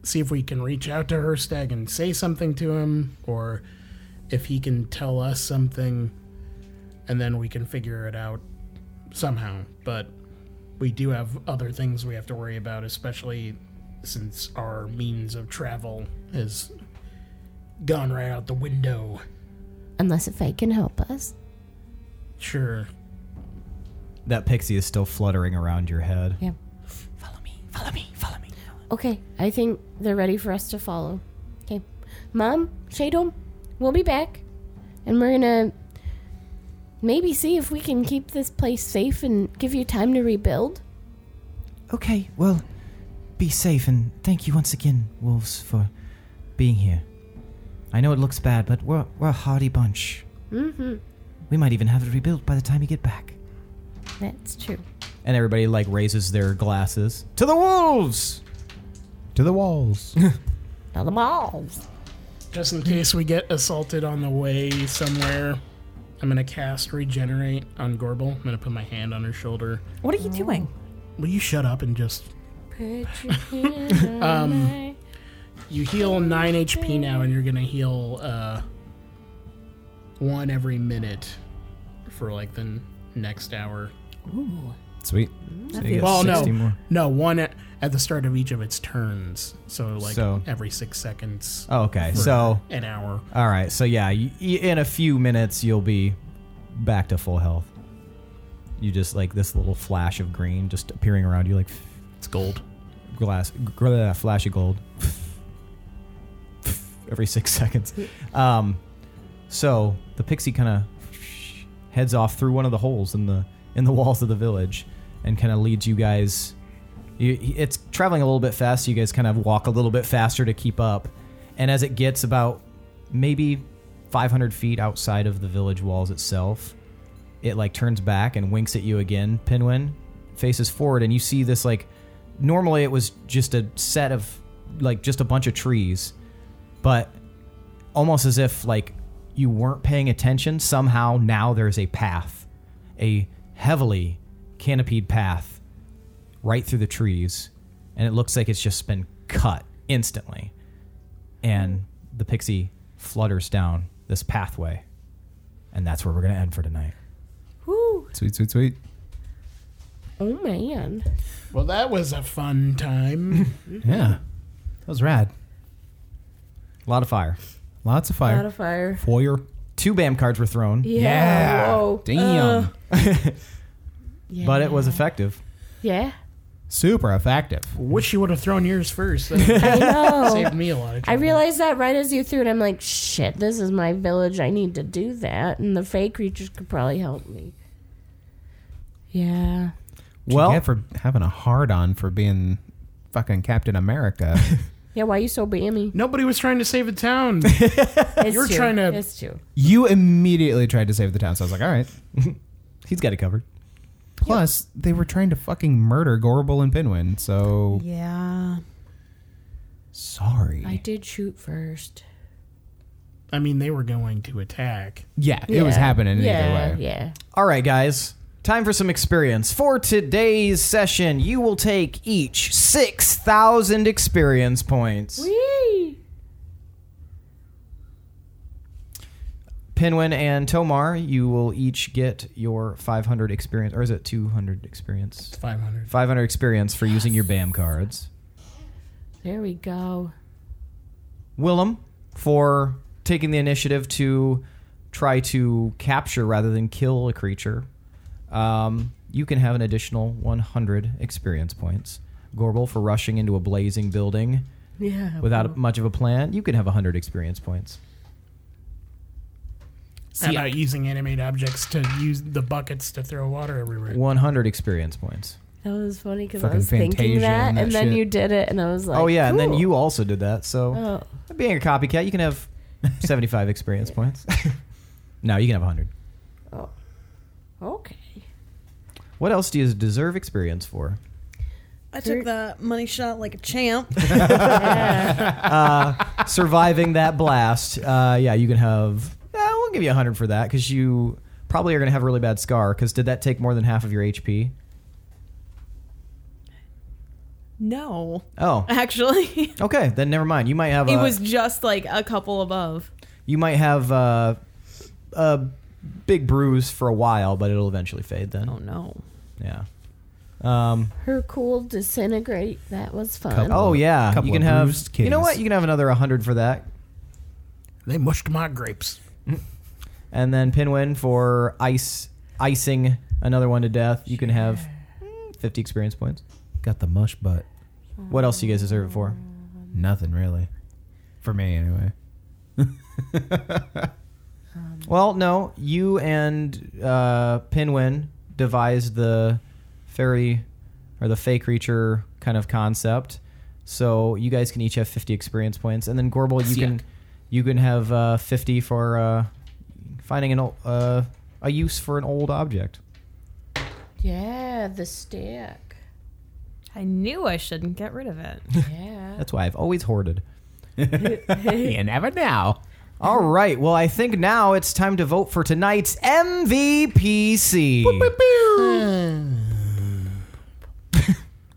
see if we can reach out to Herstag and say something to him, or if he can tell us something, and then we can figure it out somehow. But we do have other things we have to worry about, especially since our means of travel has gone right out the window. Unless if I can help us. Sure. That pixie is still fluttering around your head. Yeah. Okay, I think they're ready for us to follow. Okay. Mom, Shadom, we'll be back. And we're gonna maybe see if we can keep this place safe and give you time to rebuild. Okay, well, be safe and thank you once again, wolves, for being here. I know it looks bad, but we're, we're a hardy bunch. Mm-hmm. We might even have it rebuilt by the time you get back. That's true. And everybody like raises their glasses. To the wolves! to the walls. Now the balls. Just in case we get assaulted on the way somewhere, I'm gonna cast regenerate on Gorbel. I'm gonna put my hand on her shoulder. What are you doing? Will you shut up and just um, you heal nine HP now, and you're gonna heal uh, one every minute for like the n- next hour. Sweet. Well, no, 60 more. no, one at, at the start of each of its turns. So like So- every six seconds, Oh, okay, for so an hour. all right, so yeah, y- y- in a few minutes you'll be back to full health. You just like this little flash of green just appearing around you, like It's gold. glass, gr- uh, flash of gold. Every six seconds. Um, so the pixie kind of heads off through one of the holes in the in the walls of the village, and kind of leads you guys. You, he- it's traveling a little bit fast. So you guys kind of walk a little bit faster to keep up, and as it gets about maybe 500 feet outside of the village walls itself, it like turns back and winks at you again. Pinwin faces forward, and you see this like. Normally, it was just a set of like just a bunch of trees, but almost as if like you weren't paying attention. Somehow now there's a path, a heavily canopied path, right through the trees, and it looks like it's just been cut instantly. And the pixie flutters down this pathway, and that's where we're gonna end for tonight. Sweet, sweet, sweet. oh man. Well, that was a fun time. Yeah. That was rad. A lot of fire. Lots of fire. Out of fire. Foyer. Two BAM cards were thrown, Yeah. whoa. Damn. Uh, yeah. but it was effective. Yeah. Super effective. Wish you would have thrown yours first. That I know. saved me a lot of I trouble. realized that right as you threw it, I'm like, shit, this is my village. I need to do that. And the fey creatures could probably help me. Yeah. Well- Well, yeah, for having a hard on for being fucking Captain America. Yeah, why you so bammy? Nobody was trying to save a town. It's You're true. trying to- It's true. you immediately tried to save the town, so I was like, all right. He's got it covered. Plus, they were trying to fucking murder Gorble and Pinwin, so Yeah. sorry. I did shoot first. I mean, they were going to attack. Yeah, it was Yeah. happening yeah, either way. Yeah. All right, guys. Time for some experience. For today's session, you will take each 6,000 experience points. Pinwin and Tomar, you will each get your 500 experience, or is it 200 experience? 500. 500 experience for using your BAM cards. There we go. Willem, for taking the initiative to try to capture rather than kill a creature, um, you can have an additional 100 experience points. Gorbel, for rushing into a blazing building Yeah. without much of a plan, you can have 100 experience points. How about uh, using animate objects to use the buckets to throw water everywhere? 100 experience points. That was funny because I Fucking was thinking Fantasia that, and and, that then shit. you did it, and I was like, oh, yeah, and then cool. you also did that, so. Oh, Being a copycat, you can have 75 experience points. no, you can have 100. oh, okay. What else do you deserve experience for? I took the money shot like a champ. Surviving that blast, uh, yeah, you can have. Yeah, we'll give you 100 for that because you probably are going to have a really bad scar. Because did that take more than half of your HP? No, Oh, actually, okay, then never mind. You might have. it uh, was just like a couple above. You might have uh, a big bruise for a while, but it'll eventually fade. Then, Oh no. yeah. Um, Her cool disintegrate. That was fun. Couple. oh yeah, Couple you can of have. bruised You know kitties. what? You can have another 100 for that. They mushed my grapes. And then Pinwin for ice icing another one to death. You can have mm, 50 experience points. Got the mush butt. What else do you guys deserve it for? Oh. Nothing really. For me, anyway. Um, Well, no, you and uh, Pinwin devised the fairy or the fake creature kind of concept. So you guys can each have 50 experience points, and then Gorbel, you can you can have uh, 50 for uh, finding an ol- uh, a use for an old object. Yeah, the stick. I knew I shouldn't get rid of it. Yeah. That's why I've always hoarded. you never know. All right. Well, I think now it's time to vote for tonight's MVPC. Hmm.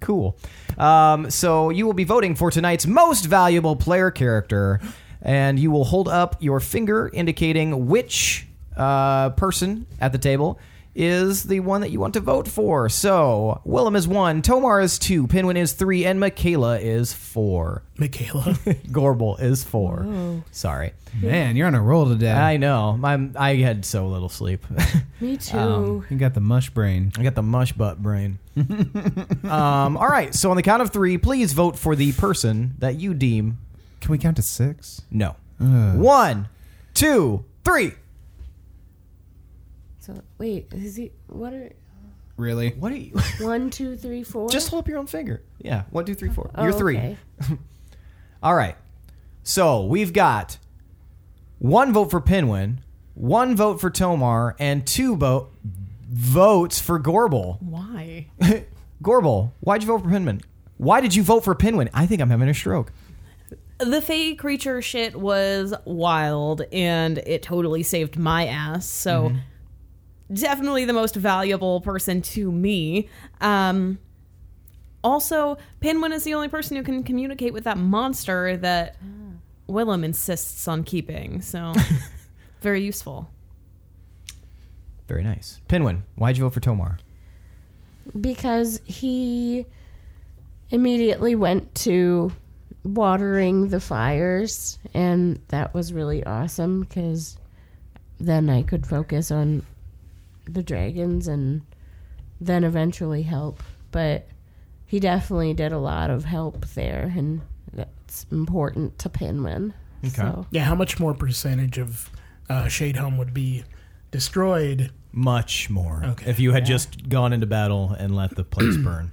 cool. Um, so you will be voting for tonight's most valuable player character, and you will hold up your finger indicating which uh, person at the table is the one that you want to vote for. So Willem is one, Tomar is two, Pinwin is three, and Michaela is four. Michaela. Gorbel is four. Sorry. Man, you're on a roll today. I know. My, I had so little sleep. Um, Me too. you got the mush brain. I got the mush butt brain. um, all right. So on the count of three, please vote for the person that you deem Can we count to six? no. One, two, three. so wait, is he? What are Really? What are you? one, two, three, four? Just hold up your own finger. Yeah. One, two, three, four. Oh, You're three. okay. All right. So we've got one vote for Pinwin, one vote for Tomar, and two vote votes for Gorbel. Why? Gorbel, why'd you vote for Pinwin? Why did you vote for Pinwin? I think I'm having a stroke. The fey creature shit was wild and it totally saved my ass. So definitely the most valuable person to me. Um also, Pinwin is the only person who can communicate with that monster that Willem insists on keeping. So very useful. Very nice. Pinwin, why'd you vote for Tomar? because he immediately went to watering the fires and that was really awesome because then i could focus on the dragons and then eventually help but he definitely did a lot of help there and that's important to pinwin okay. so yeah, how much more percentage of uh, Shade Home would be destroyed? Much more. Okay. If you had just gone into battle and let the place burn.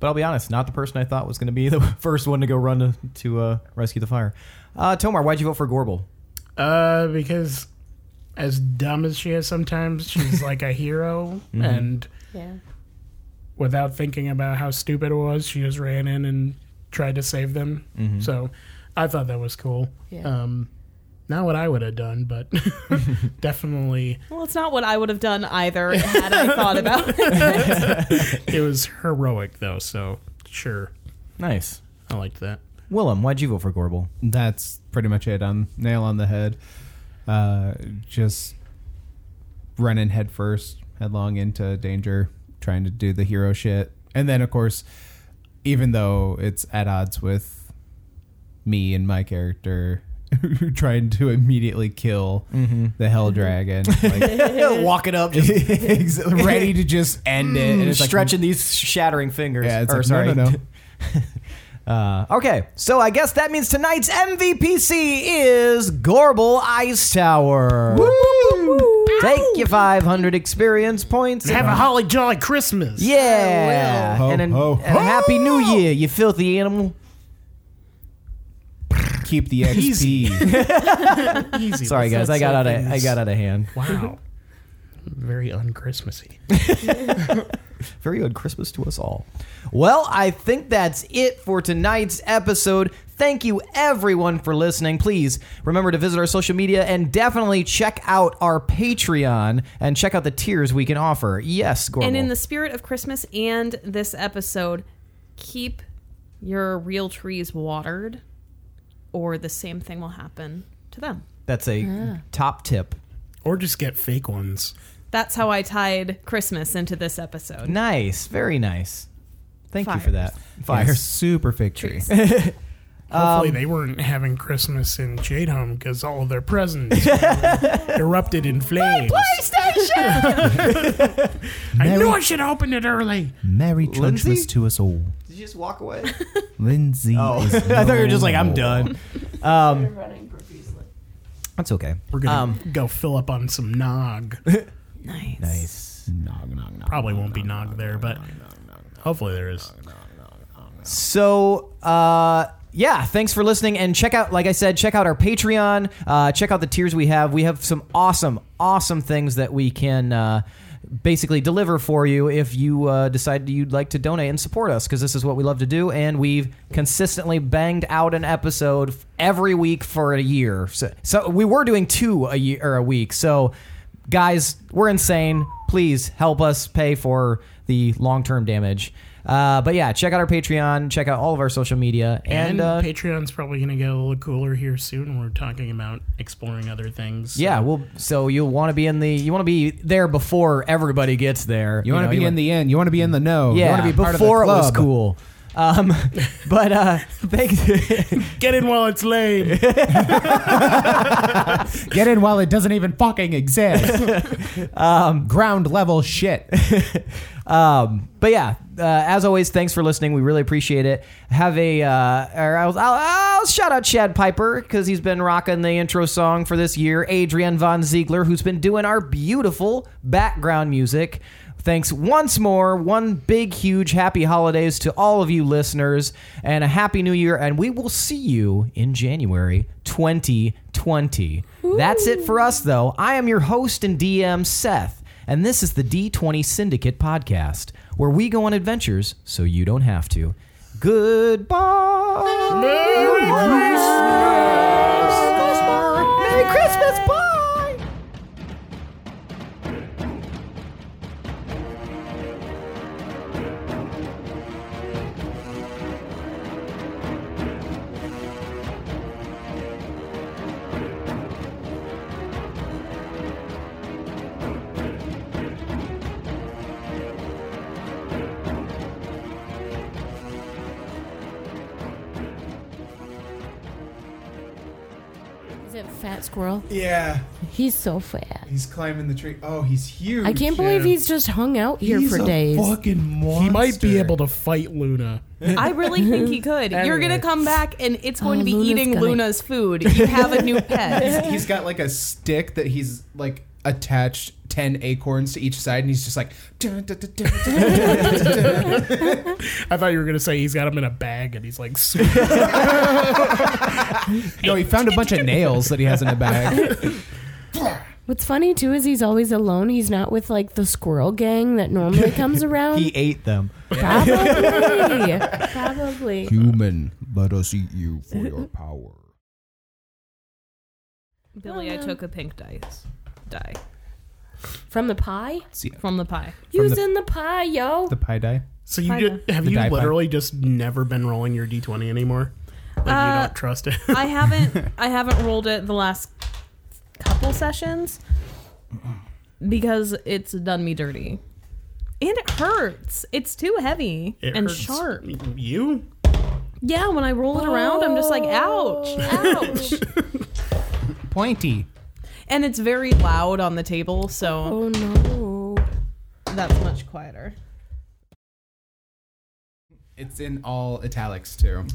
But I'll be honest, not the person I thought was going to be the first one to go run to, to uh, rescue the fire. Uh, Tomar, why'd you vote for Gorbel? Uh, because as dumb as she is sometimes, she's like a hero. Mm-hmm. And yeah Mm-hmm. without thinking about how stupid it was, she just ran in and tried to save them. So I thought that was cool. Yeah. Um, not what I would have done, but definitely Well, it's not what I would have done either had I thought about it. it was heroic though. So sure, Nice. I liked that. Willem, why'd you vote for Gorbel? That's pretty much it. On nail on the head. Uh, just running headfirst, headlong into danger, trying to do the hero shit, and then of course, even though it's at odds with me and my character. trying to immediately kill Mm-hmm. the hell dragon like, Walking up, just ready to just end it and it's like, stretching these shattering fingers. Yeah, it's or like, no, sorry. no, uh, okay, so I guess that means tonight's MVPC is Gorbel Ice Tower. Take your 500 experience points. Have a holly jolly Christmas. yeah, Ho, and, an- ho, and a happy New Year, you filthy animal. keep the XP. Easy. Sorry guys, Let's I got out not of say I things. got out of hand. Wow. Very unchristmassy. Very good Christmas to us all. Well, I think that's it for tonight's episode. Thank you everyone for listening. Please remember to visit our social media and definitely check out our Patreon and check out the tiers we can offer. Yes, Gorbel. And in the spirit of Christmas and this episode, keep your real trees watered, or the same thing will happen to them. that's a top tip. Or just get fake ones. That's how I tied Christmas into this episode. Nice, very nice. Thank you for Fires. that. They're Fires. super fig tree. Hopefully they weren't having Christmas in Jade Home because all of their presents erupted in flames. I knew I should have opened it early. Merry Lindsay? Christmas to us all. Did you just walk away? Lindsay. Oh, I thought you were just like I'm done. Um, Running profusely. that's okay. We're gonna go fill up on some nog. Nice. Nice. Probably won't be nog there, but hopefully there is. So, uh, yeah, thanks for listening. And check out, like I said, check out our Patreon. Uh, check out the tiers we have. We have some awesome, awesome things that we can uh, basically deliver for you if you uh, decide you'd like to donate and support us, because this is what we love to do. And we've consistently banged out an episode f- every week for a year. So, so we were doing two a year or a week. So, guys, we're insane. Please help us pay for the long term damage. Uh, but yeah, check out our Patreon. Check out all of our social media. And, And, uh, Patreon's probably gonna get a little cooler here soon. We're talking about exploring other things. yeah, well, so you'll want to be in the you want to be there before everybody gets there. You want to be in the end. You want to be in the know. yeah You want to be part of the before it was club. cool. Um, but uh, thank Get in while it's late. Get in while it doesn't even fucking exist. um, Ground level shit. Um, but yeah, uh, as always, thanks for listening. We really appreciate it. Have a, uh, or I'll, I'll, I'll shout out Chad Piper because he's been rocking the intro song for this year. Adrian Von Ziegler, who's been doing our beautiful background music. Thanks once more. One big, huge happy holidays to all of you listeners and a happy new year. And we will see you in January 2020. That's it for us, though. I am your host and DM, Seth. And this is the D20 Syndicate podcast, where we go on adventures so you don't have to. Goodbye. Merry Christmas. Merry Christmas. Bye. Is it Fat Squirrel? Yeah, He's so fat. he's climbing the tree. Oh, he's huge. I can't believe he's just hung out here for days. fucking monster. he might be able to fight Luna. I really think he could. You're Anyway. gonna come back, and it's going Oh, to be Luna's eating gonna- Luna's food. You have a new pet. He's got like a stick that he's like attached ten acorns to each side, and he's just like. "Dun, dun, dun, dun, dun, dun." I thought you were gonna say he's got him in a bag and he's like no, he found a bunch of nails that he has in a bag. What's funny too is he's always alone. He's not with like the squirrel gang that normally comes around. ate them. Probably. Probably. Human Let us eat you for your power. Billy, I took a pink dice. Die. From the pie? From the pie. Using the, pie, yo. The pie die. So you Pie did, have The you die pie. literally just never been rolling your d20 anymore? Like you Uh, don't trust it. I haven't I haven't rolled it the last couple sessions because it's done me dirty. And it hurts. It's too heavy It and hurts. sharp. You? Yeah, when I roll it around, I'm just like, ouch, Oh. ouch. Pointy. and it's very loud on the table, so Oh no. that's much quieter. It's in all italics too.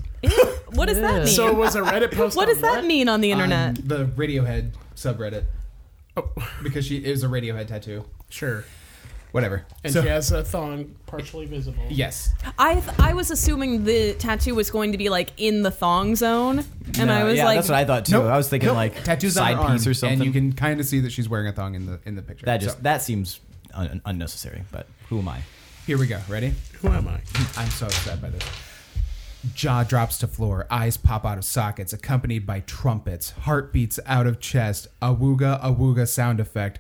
What does that mean? So it was a Reddit post. what on does that mean on the Um, internet? On the Radiohead subreddit. Oh. Because she is a Radiohead tattoo. Sure. Whatever. And so, she has a thong partially visible. yes. I th- I was assuming the tattoo was going to be like in the thong zone, and I was yeah, like, that's what I thought too. Nope, I was thinking nope. like tattoos on side her arm, piece or something. and you can kind of see that she's wearing a thong in the in the picture. that just So, that seems un- unnecessary. But who am I? here we go. Ready? Who am I? I'm so upset by this. Jaw drops to floor, eyes pop out of sockets, accompanied by trumpets, heartbeats out of chest, a wooga a wooga sound effect,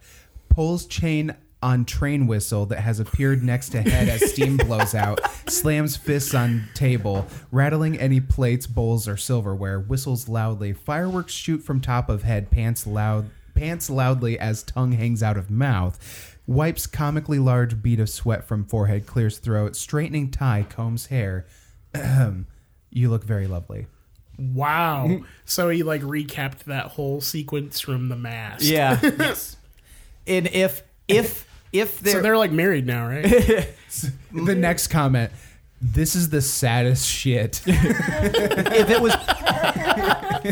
pulls chain on train whistle that has appeared next to head as steam blows out, slams fists on table, rattling any plates, bowls, or silverware, whistles loudly, fireworks shoot from top of head, pants loud pants loudly as tongue hangs out of mouth, wipes comically large bead of sweat from forehead, clears throat, straightening tie, combs hair. Ahem. you look very lovely. Wow. so he like recapped that whole sequence from the mask. Yeah. yes. And if if if So there they're like married now, right? The next comment. This is the saddest shit. if it was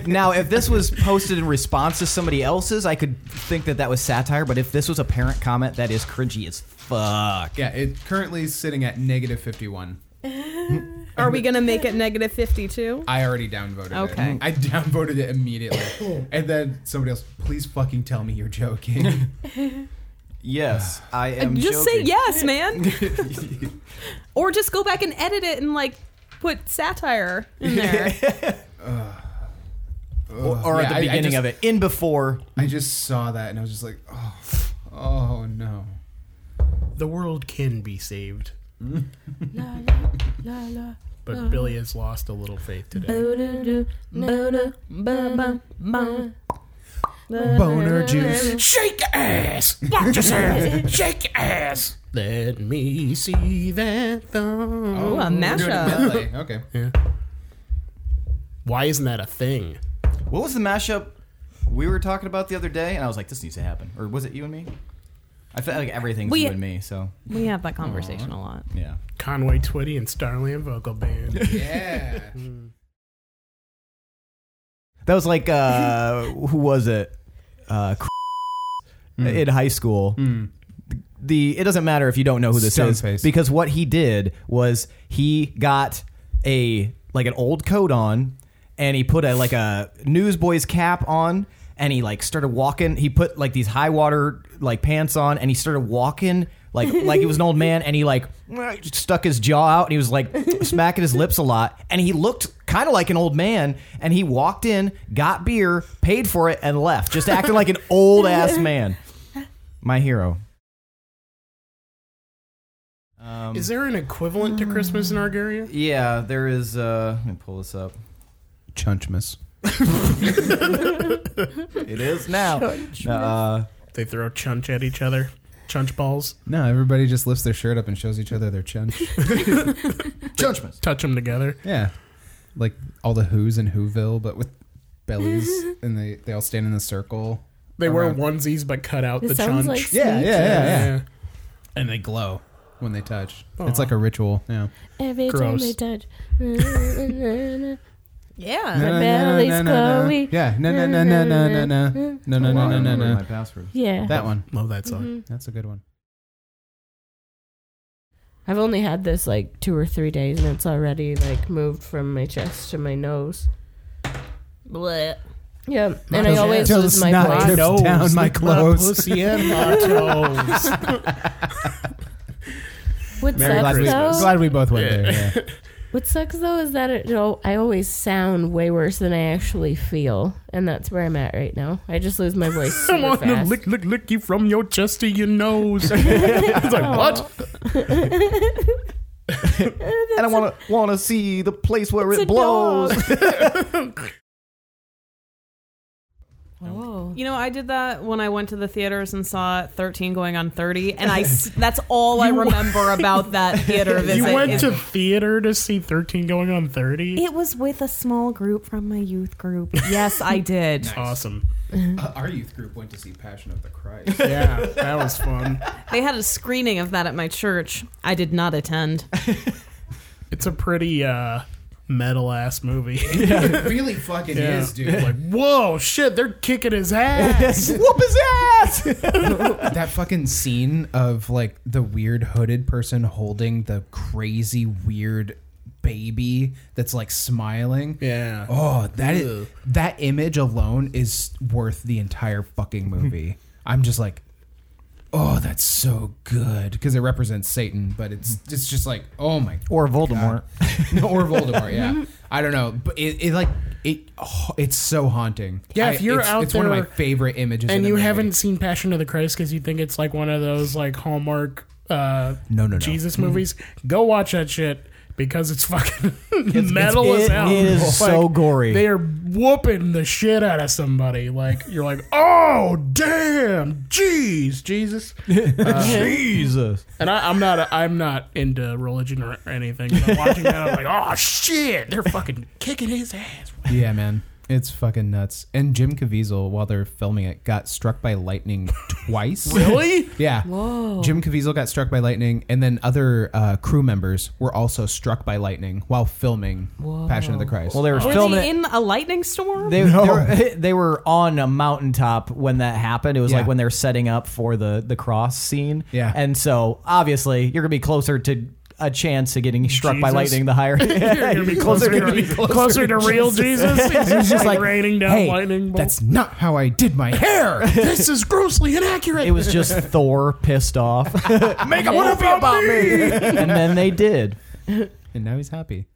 now if this was posted in response to somebody else's, I could think that that was satire. But if this was a parent comment, that is cringy as fuck. yeah, it currently is sitting at negative 51. Are we gonna make it negative fifty two? I already downvoted Okay. it. I downvoted it immediately. and then somebody else, please fucking tell me you're joking. Yes, I am. Uh, Just say joking. yes, man. or just go back and edit it and like put satire in there. or, or Yeah, at I- I the beginning just- of it, in before. I just saw that and I was just like, oh, oh no. the world can be saved. La, la, la, la. But Billy has lost a little faith today. Boo-doo-doo, boo-doo, boo-boo, boo. Boner juice. Shake your ass! Watch yourself! Shake your ass! Let me see that thong. Ooh, a mashup. Melody. Okay. Why isn't that a thing? What was the mashup we were talking about the other day? And I was like, this needs to happen. Or was it you and me? I felt like everything's We- you and me. So We have that conversation a lot. yeah. Conway Twitty and Starland Vocal Band. Yeah. That was like uh who was it? Uh Hmm. in high school. The it doesn't matter if you don't know who this is Stoneface. because what he did was he got a like an old coat on and he put a like a newsboy's cap on and he like started walking. He put like these high water like pants on and he started walking like like he was an old man and he like stuck his jaw out and he was like smacking his lips a lot and he looked kind of like an old man and he walked in, got beer, paid for it and left just acting like an old ass man. My hero. Um, Is there an equivalent to Christmas in Argaria? yeah, there is. Uh, let me pull this up. Chunchmas. It is now. Uh, They throw chunch at each other. Chunch balls. No, everybody just lifts their shirt up and shows each other their chunch. Judgments. Touch them together. yeah. Like all the Who's in Whoville, but with bellies, and they, they all stand in the circle. They wear Around- onesies but cut out This the sounds chunch. like Yeah, yeah, sneaky. yeah, yeah. Yeah. And they glow when they touch. It's Aw. like a ritual. Yeah. Every Gross. time I touch. na-na-na-na. Yeah. The belly's glowing. Yeah. No, no, no, no, no, no, no. No, no, no, no, no, no. My password. Yeah. That one. Love that song. Mhm. That's a good one. I've only had this like two or three days and it's already like moved from my chest to my nose. Blech. Yeah. And I always Till the lose my snot place. drips nose, down my lick clothes. pussy and my toes. What's Merry up Christmas. though? Glad we both went there. Yeah. What sucks though is that it, you know, I always sound way worse than I actually feel, and that's where I'm at right now. I just lose my voice I super want to fast. lick, lick, lick you from your chest to your nose. it's like, what? and I want to want to see the place where it blows. Whoa. You know, I did that when I went to the theaters and saw 13 going on 30, and I s- that's all I remember about that theater visit. You went is- to theater to see 13 going on 30? It was with a small group from my youth group. Yes, I did. Awesome. Uh, Our youth group went to see Passion of the Christ. Yeah, that was fun. They had a screening of that at my church. I did not attend. It's a pretty uh, metal ass movie. It really fucking Yeah. is, dude. Like, like, whoa, shit, they're kicking his ass. Whoop his ass! that fucking scene of like the weird hooded person holding the crazy weird baby that's like smiling. yeah. Oh, that is, that image alone is worth the entire fucking movie. I'm just like, oh, that's so good because it represents Satan, but it's it's just like, oh my, or Voldemort. or Voldemort. Mm-hmm. Yeah, I don't know, but it, it like it oh, it's so haunting. Yeah, I- if you're it's, out it's one of my there favorite images. in and a you movie. haven't seen Passion of the Christ because you think it's like one of those like Hallmark uh, No, no, no. Jesus movies. Go watch that shit because it's fucking metal it's- as it hell. is Like, so gory. They are whooping the shit out of somebody. Like you're like, oh damn, jeez, Jesus. Uh, Jesus. And I, I'm not I'm not into religion or anything. But watching that, I'm like, oh shit, they're fucking kicking his ass. Yeah, man. It's fucking nuts. And Jim Caviezel, while they're filming it, got struck by lightning twice. Really? Yeah. Whoa. Jim Caviezel got struck by lightning, and then other uh, crew members were also struck by lightning while filming Passion of the Christ. Well, they were Were filming. they it- in a lightning storm? They, they, were, they were on a mountaintop when that happened. It was Yeah. like when they were setting up for the the cross scene. Yeah. and so obviously you're gonna be closer to a chance of getting struck by Jesus. lightning the higher. You're gonna be closer, to, closer, to, real Jesus. He's just like raining down hey, lightning bolts. that's not how I did my hair. this is grossly inaccurate. It was just Thor pissed off, Make a movie about me. and then they did. and now he's happy.